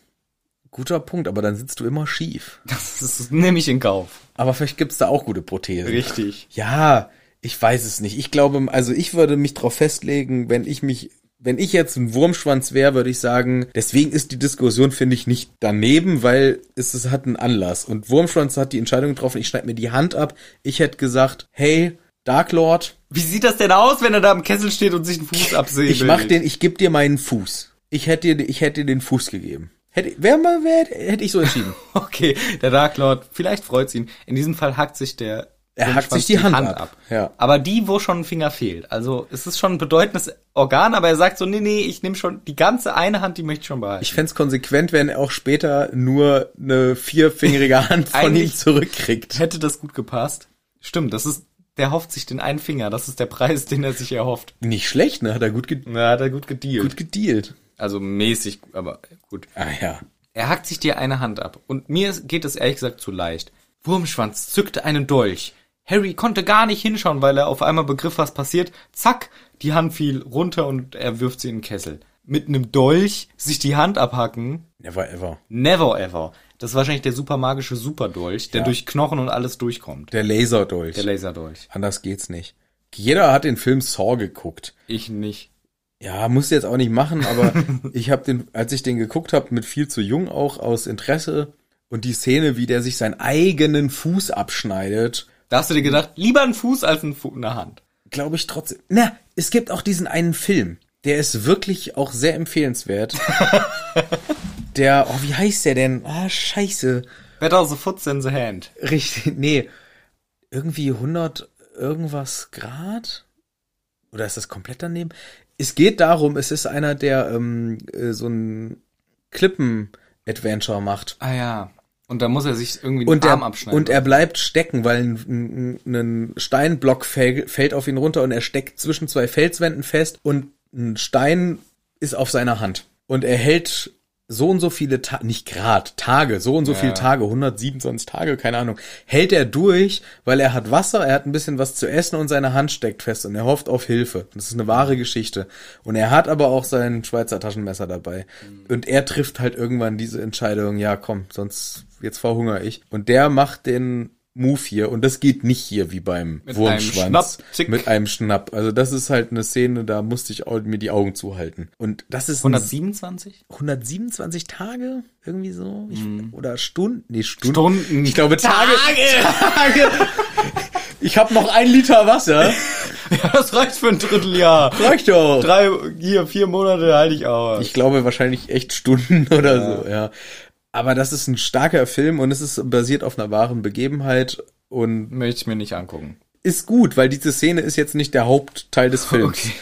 B: Guter Punkt, aber dann sitzt du immer schief.
A: Das ist, nehme ich in Kauf.
B: Aber vielleicht gibt's da auch gute Prothesen.
A: Richtig.
B: Ja, ich weiß es nicht. Ich glaube, also ich würde mich drauf festlegen, wenn ich mich, wenn ich jetzt ein Wurmschwanz wäre, würde ich sagen, deswegen ist die Diskussion, finde ich, nicht daneben, weil es, es hat einen Anlass. Und Wurmschwanz hat die Entscheidung getroffen, ich schneide mir die Hand ab. Ich hätte gesagt, hey, Dark Lord,
A: Wie sieht das denn aus, wenn er da am Kessel steht und sich einen Fuß absäbelt?
B: ich mach den, ich geb dir meinen Fuß. Ich hätte dir, ich hätte dir den Fuß gegeben. Hätte, wer mal, wer, hätte ich so entschieden.
A: Okay, der Dark Lord, vielleicht freut's ihn. In diesem Fall hackt sich der
B: Er hackt sich die Hand ab. Ja.
A: Aber die, wo schon ein Finger fehlt. Also es ist schon ein bedeutendes Organ, aber er sagt so, nee, nee, ich nehme schon die ganze eine Hand, die möchte ich schon behalten.
B: Ich fänd's konsequent, wenn er auch später nur eine vierfingerige Hand von ihm
A: Eigentlich-
B: zurückkriegt.
A: hätte das gut gepasst. Stimmt, das ist, der hofft sich den einen Finger. Das ist der Preis, den er sich erhofft.
B: Nicht schlecht, ne? Hat er gut, ge
A: Na, hat er gut gedealt.
B: gut gedealt.
A: Also mäßig, aber gut.
B: Ah ja.
A: Er hackt sich dir eine Hand ab. Und mir geht es ehrlich gesagt zu leicht. Wurmschwanz zückte einen Dolch. Harry konnte gar nicht hinschauen, weil er auf einmal begriff, was passiert. Zack, die Hand fiel runter und er wirft sie in den Kessel. Mit einem Dolch sich die Hand abhacken?
B: Never ever.
A: Never ever. Das ist wahrscheinlich der supermagische Superdolch, der durch Knochen und alles durchkommt.
B: Der Laserdolch.
A: Der Laserdolch.
B: Anders geht's nicht. Jeder hat den Film Saw geguckt.
A: Ich nicht.
B: Ja, musste jetzt auch nicht machen, aber ich habe den, als ich den geguckt habe, mit viel zu jung auch aus Interesse und die Szene, wie der sich seinen eigenen Fuß abschneidet,
A: Da hast du dir gedacht, lieber ein Fuß als ein Fu eine Hand.
B: glaube ich trotzdem. Na, es gibt auch diesen einen Film. Der ist wirklich auch sehr empfehlenswert. der, oh, wie heißt der denn? Ah, scheiße.
A: Better the foot than the hand.
B: Richtig, nee. Irgendwie 100 irgendwas Grad? Oder ist das komplett daneben? Es geht darum, es ist einer, der ähm, äh, so ein Klippen-Adventure macht.
A: Ah ja. Und da muss er sich irgendwie den
B: Und
A: Arm
B: er,
A: abschneiden.
B: und er bleibt stecken, weil ein, ein, ein Steinblock fäll, fällt auf ihn runter und er steckt zwischen zwei Felswänden fest und ein Stein ist auf seiner Hand. Und er hält so und so viele Ta nicht Grad, Tage, so und so viele Tage, 127 Tage, keine Ahnung, hält er durch, weil er hat Wasser, er hat ein bisschen was zu essen und seine Hand steckt fest und er hofft auf Hilfe. Das ist eine wahre Geschichte. Und er hat aber auch sein Schweizer Taschenmesser dabei.
A: Mhm.
B: Und er trifft halt irgendwann diese Entscheidung, ja komm, sonst jetzt verhungere ich. Und der macht den Move hier und das geht nicht hier wie beim
A: Mit einem Schnapp,
B: Wurmschwanz
A: zick.
B: mit einem Schnapp. Also das ist halt eine Szene, da musste ich auch mir die Augen zuhalten. Und das ist ein
A: 127?
B: 127 Tage irgendwie so ich,
A: Mhm.
B: oder Stunden, nee Stunden.
A: Stunden.
B: Ich glaube Tage. Tage. Ich habe noch ein Liter Wasser.
A: Das reicht für ein Dritteljahr.
B: Reicht doch.
A: Drei, hier, vier Monate halt halte ich auch.
B: Ich glaube wahrscheinlich echt Stunden oder so, ja. Aber das ist ein starker Film und es ist basiert auf einer wahren Begebenheit und
A: möchte ich mir nicht angucken.
B: ist gut, weil diese Szene ist jetzt nicht der Hauptteil des Films.
A: Okay.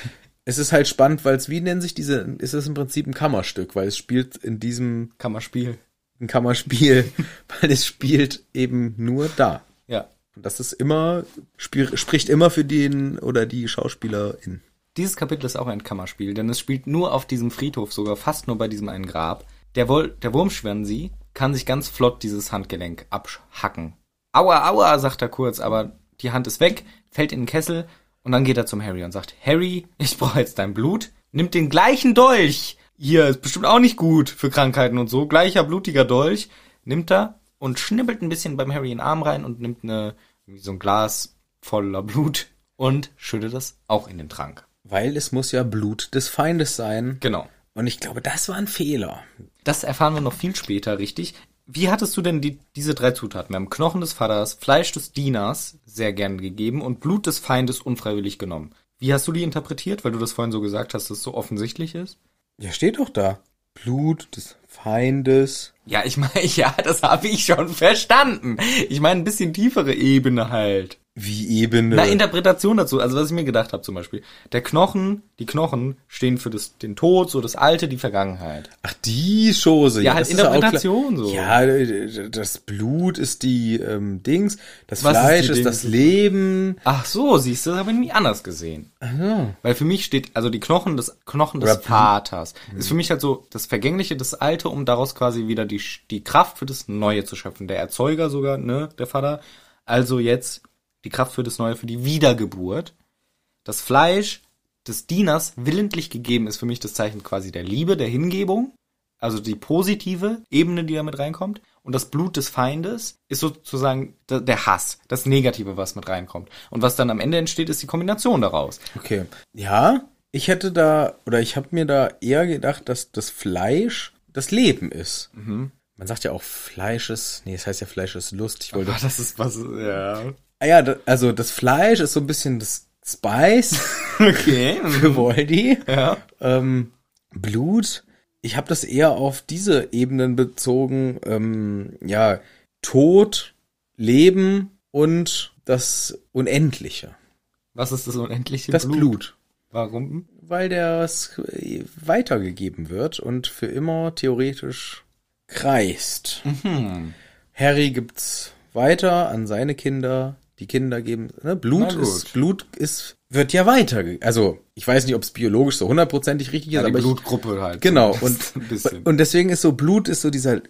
B: Es ist halt spannend, weil es, wie nennen sich diese, ist es im Prinzip ein Kammerstück, weil es spielt in diesem
A: Kann man spielen.
B: Kammerspiel, weil es spielt eben nur da.
A: Ja.
B: Und das ist immer, spiel, spricht immer für den oder die Schauspielerin.
A: Dieses Kapitel ist auch ein Kammerspiel, denn es spielt nur auf diesem Friedhof, sogar fast nur bei diesem einen Grab. Der, Wol der Wurmschwanzi kann sich ganz flott dieses Handgelenk abhacken. Aua, aua, sagt er kurz, aber die Hand ist weg, fällt in den Kessel und dann geht er zum Harry und sagt, Harry, ich brauche jetzt dein Blut, nimm den gleichen Dolch. Hier, ist bestimmt auch nicht gut für Krankheiten und so, gleicher blutiger Dolch. Nimmt er und schnibbelt ein bisschen beim Harry in den Arm rein und nimmt eine, irgendwie so ein Glas voller Blut und schüttet das auch in den Trank.
B: Weil es muss ja Blut des Feindes sein.
A: Genau.
B: Und ich glaube, das war ein Fehler.
A: Das erfahren wir noch viel später, richtig? Wie hattest du denn die, diese drei Zutaten? Wir haben Knochen des Vaters, Fleisch des Dieners sehr gern gegeben und Blut des Feindes unfreiwillig genommen. Wie hast du die interpretiert? Weil du das vorhin so gesagt hast, dass es so offensichtlich ist.
B: Ja, steht doch da. Blut des Feindes.
A: Ja, ich meine, ja, das habe ich schon verstanden. Ich meine, ein bisschen tiefere Ebene halt.
B: Wie Ebene.
A: Na, Interpretation dazu, also was ich mir gedacht habe zum Beispiel. Der Knochen, die Knochen stehen für das, den Tod, so das Alte, die Vergangenheit.
B: Ach, die Schose.
A: Ja, halt
B: das ist auch
A: Interpretation
B: klar.
A: so.
B: Ja, äh, das Blut ist die ähm, Dings, das
A: Was ist die
B: Fleisch ist,
A: Dings?
B: das Leben.
A: Ach so, siehst du, das habe ich nie anders gesehen. Weil für mich steht, also die Knochen des Knochen des
B: Oder Blut.
A: Vaters ist für mich halt so das Vergängliche, das Alte, um daraus quasi wieder die, die Kraft für das Neue zu schöpfen. Der Erzeuger sogar, ne, der Vater. Also jetzt die Kraft für das Neue, für die Wiedergeburt. Das Fleisch des Dieners willentlich gegeben ist für mich das Zeichen quasi der Liebe, der Hingebung. also die positive Ebene, die damit reinkommt. Und das Blut des Feindes ist sozusagen da- der Hass, das Negative, was mit reinkommt. Und was dann am Ende entsteht, ist die Kombination daraus.
B: Okay. Ja, ich hätte da, oder ich habe mir da eher gedacht, dass das Fleisch das Leben ist.
A: Mhm.
B: Man sagt ja auch Fleisch ist, nee, es heißt ja Fleisch ist Lust. Ich wollte.
A: das ist was, ja.
B: Ah ja, da, also das Fleisch ist so ein bisschen das Spice
A: Okay.
B: für Voldy.
A: Ja.
B: Ähm, Blut. Ich habe das eher auf diese Ebenen bezogen. Ähm, ja, Tod, Leben und das Unendliche.
A: Was ist das unendliche
B: Das Blut.
A: Warum?
B: Weil das weitergegeben wird und für immer theoretisch kreist.
A: Mhm.
B: Harry gibt's weiter an seine Kinder. Die Kinder geben, ne? Blut
A: Na gut.
B: ist, Blut ist, wird ja weiter. Also, ich weiß nicht, ob es biologisch so hundertprozentig richtig ist,
A: Ja, die
B: aber ich,
A: Blutgruppe halt.
B: Genau,
A: Zumindest ein bisschen.
B: und, und deswegen ist so Blut ist so dieser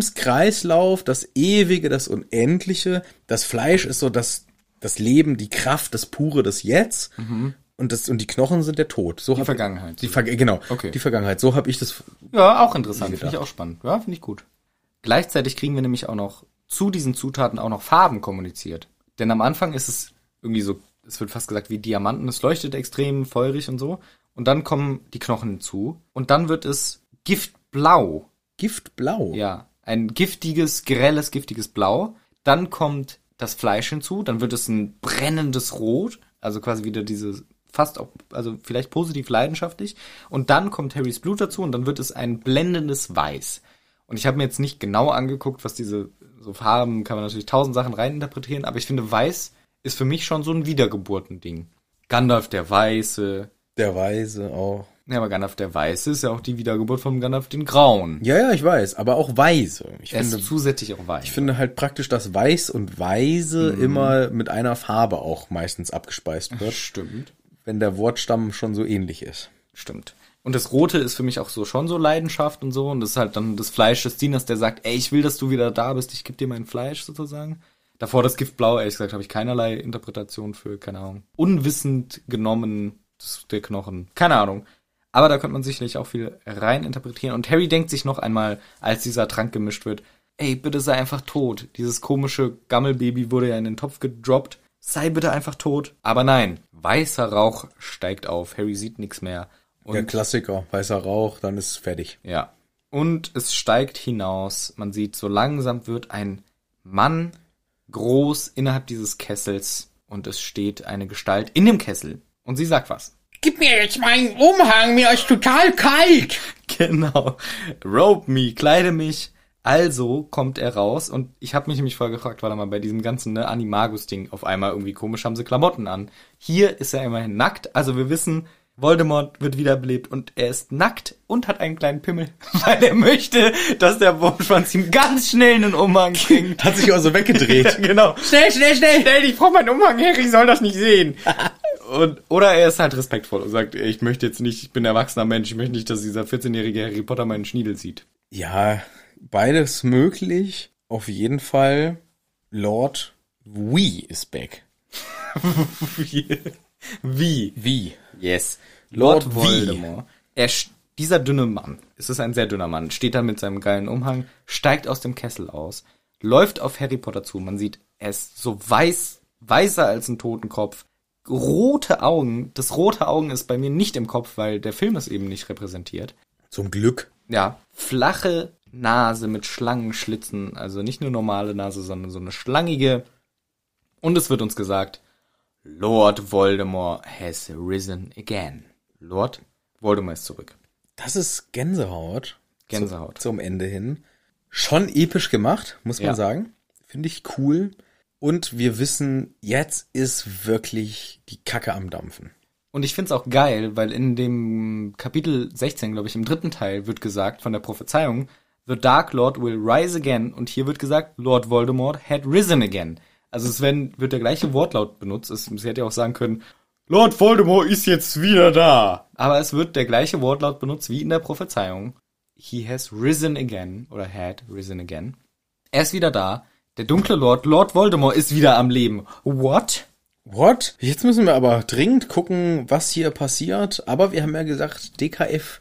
B: Lebenskreislauf, das Ewige, das Unendliche. Das Fleisch ist so das, das Leben, die Kraft, das Pure, das Jetzt. Und, das, und die Knochen sind der Tod. So die
A: Mhm. Vergangenheit.
B: Die Ver genau,
A: Okay.
B: die Vergangenheit. So habe ich das.
A: Ja, auch interessant. Finde ich auch spannend. Ja, finde ich gut. Gleichzeitig kriegen wir nämlich auch noch zu diesen Zutaten auch noch Farben kommuniziert. Denn am Anfang ist es irgendwie so, es wird fast gesagt wie Diamanten, es leuchtet extrem feurig und so. Und dann kommen die Knochen hinzu. Und dann wird es giftblau.
B: Giftblau.
A: Ja, ein giftiges, grelles, giftiges Blau. Dann kommt das Fleisch hinzu, dann wird es ein brennendes Rot, also quasi wieder diese fast auch, also vielleicht positiv leidenschaftlich. Und dann kommt Harrys Blut dazu und dann wird es ein blendendes Weiß. Und ich habe mir jetzt nicht genau angeguckt, was diese so Farben kann man natürlich tausend Sachen reininterpretieren, aber ich finde Weiß ist für mich schon so ein Wiedergeburtending. Gandalf der Weiße.
B: Der Weise auch.
A: Ja, aber Gandalf der Weiße ist ja auch die Wiedergeburt von Gandalf den Grauen.
B: Ja, ja, ich weiß, aber auch weise. Ich
A: Er
B: finde,
A: ist zusätzlich auch weiß.
B: ich finde halt praktisch, dass weiß und weise
A: Mhm.
B: immer mit einer Farbe auch meistens abgespeist wird,
A: Stimmt.
B: wenn der Wortstamm schon so ähnlich ist.
A: Stimmt. Und das Rote ist für mich auch so schon so Leidenschaft und so. Und das ist halt dann das Fleisch des Dieners, der sagt, ey, ich will, dass du wieder da bist, ich gebe dir mein Fleisch sozusagen. Davor das Giftblau, ehrlich gesagt, habe ich keinerlei Interpretation für, keine Ahnung. Unwissend genommen das, der Knochen. Keine Ahnung. Aber da könnte man sicherlich auch viel rein interpretieren. Und Harry denkt sich noch einmal, als dieser Trank gemischt wird, ey, bitte sei einfach tot. Dieses komische Gammelbaby wurde ja in den Topf gedroppt. Sei bitte einfach tot. Aber nein, weißer Rauch steigt auf. Harry sieht nichts mehr. Und
B: Der Klassiker, weißer Rauch, dann ist es fertig.
A: ja. Und es steigt hinaus. Man sieht, so langsam wird ein Mann groß innerhalb dieses Kessels und es steht eine Gestalt in dem Kessel. Und sie sagt was.
B: Gib mir jetzt meinen Umhang, mir ist total kalt.
A: Genau. Rope me, kleide mich. Also kommt er raus und ich habe mich nämlich vorher gefragt, warte mal, bei diesem ganzen ne, Animagus-Ding auf einmal irgendwie komisch haben sie Klamotten an. Hier ist er immerhin nackt, also wir wissen, Voldemort wird wiederbelebt und er ist nackt und hat einen kleinen Pimmel, weil er möchte, dass der Wurmschwanz ihm ganz schnell einen Umhang bringt.
B: Hat sich auch so weggedreht.
A: genau.
B: schnell, schnell, schnell.
A: Schnell, ich brauche meinen Umhang, Harry soll das nicht sehen. Und, oder er ist halt respektvoll und sagt, ey, ich möchte jetzt nicht, ich bin ein erwachsener Mensch, ich möchte nicht, dass dieser 14-jährige Harry Potter meinen Schniedel sieht.
B: Ja, beides möglich. Auf jeden Fall, Lord Wee ist back.
A: Wie?
B: Wie?
A: Yes.
B: Lord
A: Lord, Voldemort. Er, sch- dieser dünne Mann, es ist ein sehr dünner Mann, steht da mit seinem geilen Umhang, steigt aus dem Kessel aus, läuft auf Harry Potter zu. Man sieht, er ist so weiß, weißer als ein Totenkopf. Rote Augen, das rote Augen ist bei mir nicht im Kopf, weil der Film es eben nicht repräsentiert.
B: Zum Glück.
A: Ja, flache Nase mit Schlangenschlitzen, also nicht eine normale Nase, sondern so eine schlangige. Und es wird uns gesagt, Lord Voldemort has risen again. Lord Voldemort ist zurück.
B: Das ist Gänsehaut.
A: Gänsehaut.
B: Zum, zum Ende hin. Schon episch gemacht, muss man
A: Ja.
B: sagen. Finde ich cool. Und wir wissen, jetzt ist wirklich die Kacke am Dampfen.
A: Und ich find's auch geil, weil in dem Kapitel 16, glaube ich, im dritten Teil wird gesagt von der Prophezeiung, The Dark Lord will rise again. Und hier wird gesagt, Lord Voldemort had risen again. Also es werden, wird der gleiche Wortlaut benutzt. Es, sie hätte ja auch sagen können, Lord Voldemort ist jetzt wieder da. Aber es wird der gleiche Wortlaut benutzt wie in der Prophezeiung. He has risen again oder had risen again. Er ist wieder da. Der dunkle Lord, Lord Voldemort, ist wieder am Leben. What?
B: What? Jetzt müssen wir aber dringend gucken, was hier passiert. Aber wir haben ja gesagt, DKF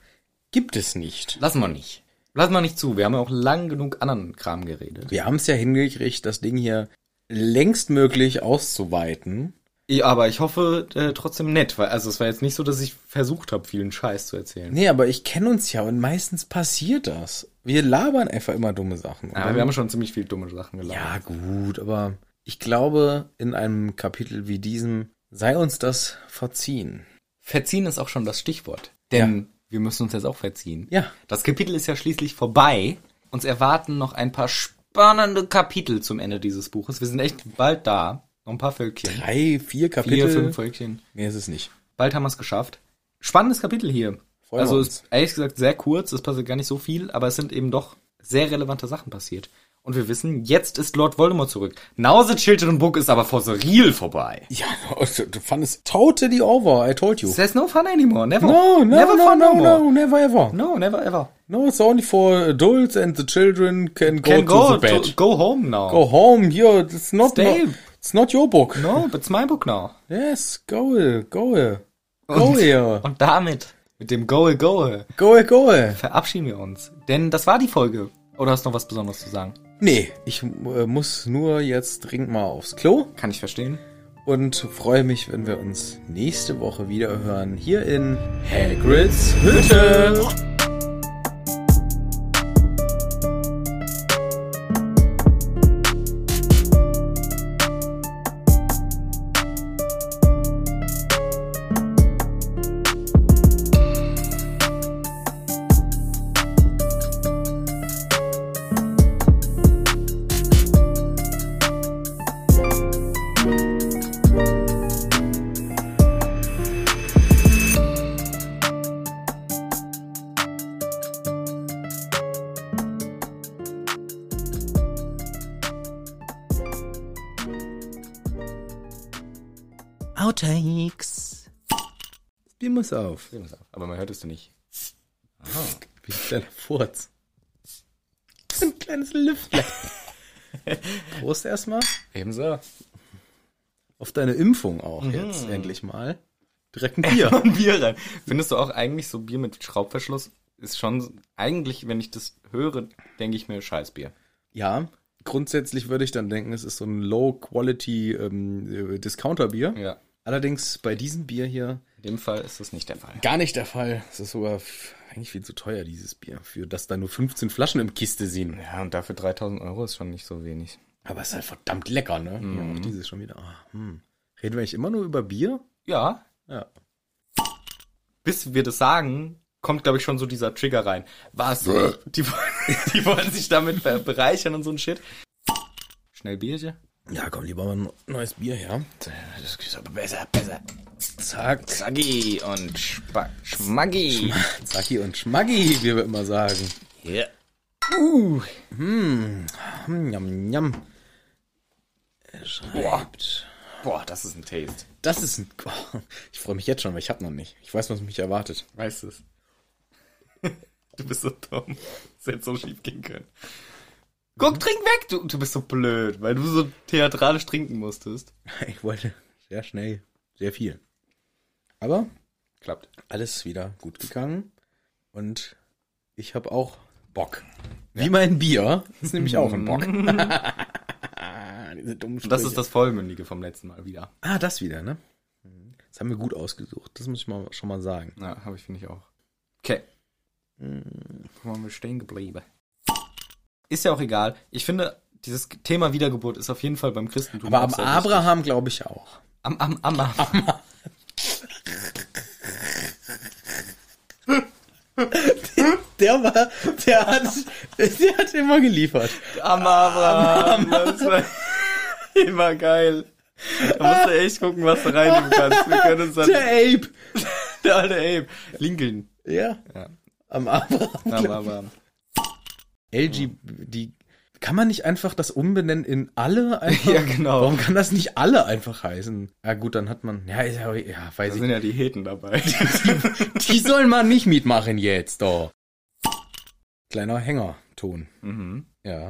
B: gibt es nicht.
A: Lassen wir nicht. Lass mal nicht zu, wir haben ja auch lang genug anderen Kram geredet.
B: Wir haben es ja hingekriegt, das Ding hier längstmöglich auszuweiten.
A: Ja, aber ich hoffe äh, trotzdem nett, weil also es war jetzt nicht so, dass ich versucht habe, vielen Scheiß zu erzählen.
B: Nee, aber ich kenne uns ja und meistens passiert das. Wir labern einfach immer dumme Sachen. Und
A: Aber
B: dann-
A: wir haben schon ziemlich viel dumme Sachen gelabert.
B: ja, gut, aber ich glaube, in einem Kapitel wie diesem sei uns das verziehen.
A: Verziehen ist auch schon das Stichwort. Denn wir müssen uns jetzt auch verziehen.
B: Ja.
A: Das Kapitel ist ja schließlich vorbei. Uns erwarten noch ein paar spannende Kapitel zum Ende dieses Buches. Wir sind echt bald da. Noch ein paar Völkchen.
B: Drei, vier Kapitel.
A: Vier, fünf Völkchen.
B: Nee, ist es nicht.
A: Bald haben wir es geschafft. Spannendes Kapitel hier.
B: Freuen
A: also
B: wir
A: ist ehrlich gesagt sehr kurz, es passiert gar nicht so viel, aber es sind eben doch sehr relevante Sachen passiert. Und wir wissen, jetzt ist Lord Voldemort zurück. Now the Children Book ist aber for the real vorbei.
B: Ja, du, du fandest totally over, I told you.
A: There's no fun anymore. Never.
B: No, no,
A: never
B: no,
A: fun
B: no,
A: more.
B: no, never ever.
A: No, never ever.
B: No, it's only for adults and the children can go
A: Can
B: to
A: go,
B: the bed.
A: to- go home now.
B: go home. Here, it's not,
A: Stay.
B: no- it's not your book.
A: No, but it's my book now.
B: Yes, go, go, go here,
A: Und damit, mit dem Goal Goal,
B: go, go.
A: verabschieden wir uns. Denn das war die Folge. Oder hast du noch was Besonderes zu sagen?
B: Nee, ich äh, muss nur jetzt dringend mal aufs Klo
A: Kann ich verstehen.
B: und freue mich, wenn wir uns nächste Woche wieder hören hier in Hagrids Hütte.
D: Outtakes.
B: Wir muss auf.
A: Aber man hört es nicht.
B: Wie ein kleiner Furz. Ein kleines Lüftlein. Prost erstmal.
A: Ebenso.
B: Auf deine Impfung auch jetzt endlich mal. Direkt ein Bier.
A: Und Bier rein. Findest du auch eigentlich so Bier mit Schraubverschluss ist schon, eigentlich, wenn ich das höre, denke ich mir Scheißbier.
B: Ja, grundsätzlich würde ich dann denken, es ist so ein Low-Quality ähm, äh, Discounter-Bier.
A: Ja.
B: Allerdings bei diesem Bier hier
A: In dem Fall ist das nicht der Fall.
B: gar nicht der Fall. Es ist sogar f- eigentlich viel zu teuer, dieses Bier, für das da nur 15 Flaschen im Kiste sind.
A: Ja, und dafür 3000 Euro ist schon nicht so wenig.
B: Aber es ist halt verdammt lecker, ne? Ja, auch dieses schon wieder. Ah, hm. Reden wir eigentlich immer nur über Bier?
A: Ja.
B: Ja.
A: Bis wir das sagen, kommt, glaube ich, schon so dieser Trigger rein. Was? Die, wollen- die wollen sich damit be- bereichern und so ein Shit. Schnell Bierchen.
B: Ja, komm, lieber mal ein neues Bier her.
A: Das ist aber besser, besser.
B: Zack.
A: Saggi und Spa Schmaggi.
B: Zacki und Schmaggi, wie wir immer sagen.
A: Ja.
B: Hm, Jam, jam. Er Schreibt.
A: Boah, das ist ein Taste.
B: Das ist ein. Oh, ich freue mich jetzt schon, weil ich habe noch nicht. Ich weiß, was mich erwartet.
A: Weißt es. Du bist so dumm. Das hätte so schief gehen können. Guck, trink weg, du, du bist so blöd, weil du so theatralisch trinken musstest.
B: Ich wollte sehr schnell sehr viel. Aber
A: Klappt.
B: alles wieder gut gegangen. Und ich habe auch Bock. Wie mein Bier. Ist nämlich auch ein Bock. Diese dummen
A: Und das
B: Sprüche.
A: ist das Vollmündige vom letzten Mal wieder.
B: Ah, das wieder, ne? Das haben wir gut ausgesucht. Das muss ich mal, schon mal sagen.
A: Ja, habe ich, finde ich auch. Okay. Hm, Wo waren wir stehen geblieben? Ist ja auch egal. Ich finde, dieses Thema Wiedergeburt ist auf jeden Fall beim Christentum.
B: Aber
A: auch
B: am
A: sehr wichtig.
B: Abraham glaube ich auch.
A: Am, am, am, am.
B: Der war, der hat, der hat immer geliefert.
A: Am Abraham. Das war immer geil. Da musst du echt gucken, was du reinnehmen kannst. Wir können uns dann,
B: Der Ape.
A: der alte Abe. Lincoln.
B: Ja.
A: Ja.
B: Am Abraham.
A: Am Abraham.
B: LG, die, kann man nicht einfach das umbenennen in alle einfach?
A: Ja, genau.
B: Warum kann das nicht alle einfach heißen? Ja, gut, dann hat man, ja, ja, ja
A: Da
B: weiß ich.
A: sind ja die Heten dabei.
B: Die sollen mal nicht mitmachen jetzt, doch. Kleiner Hängerton.
A: mhm.
B: Ja.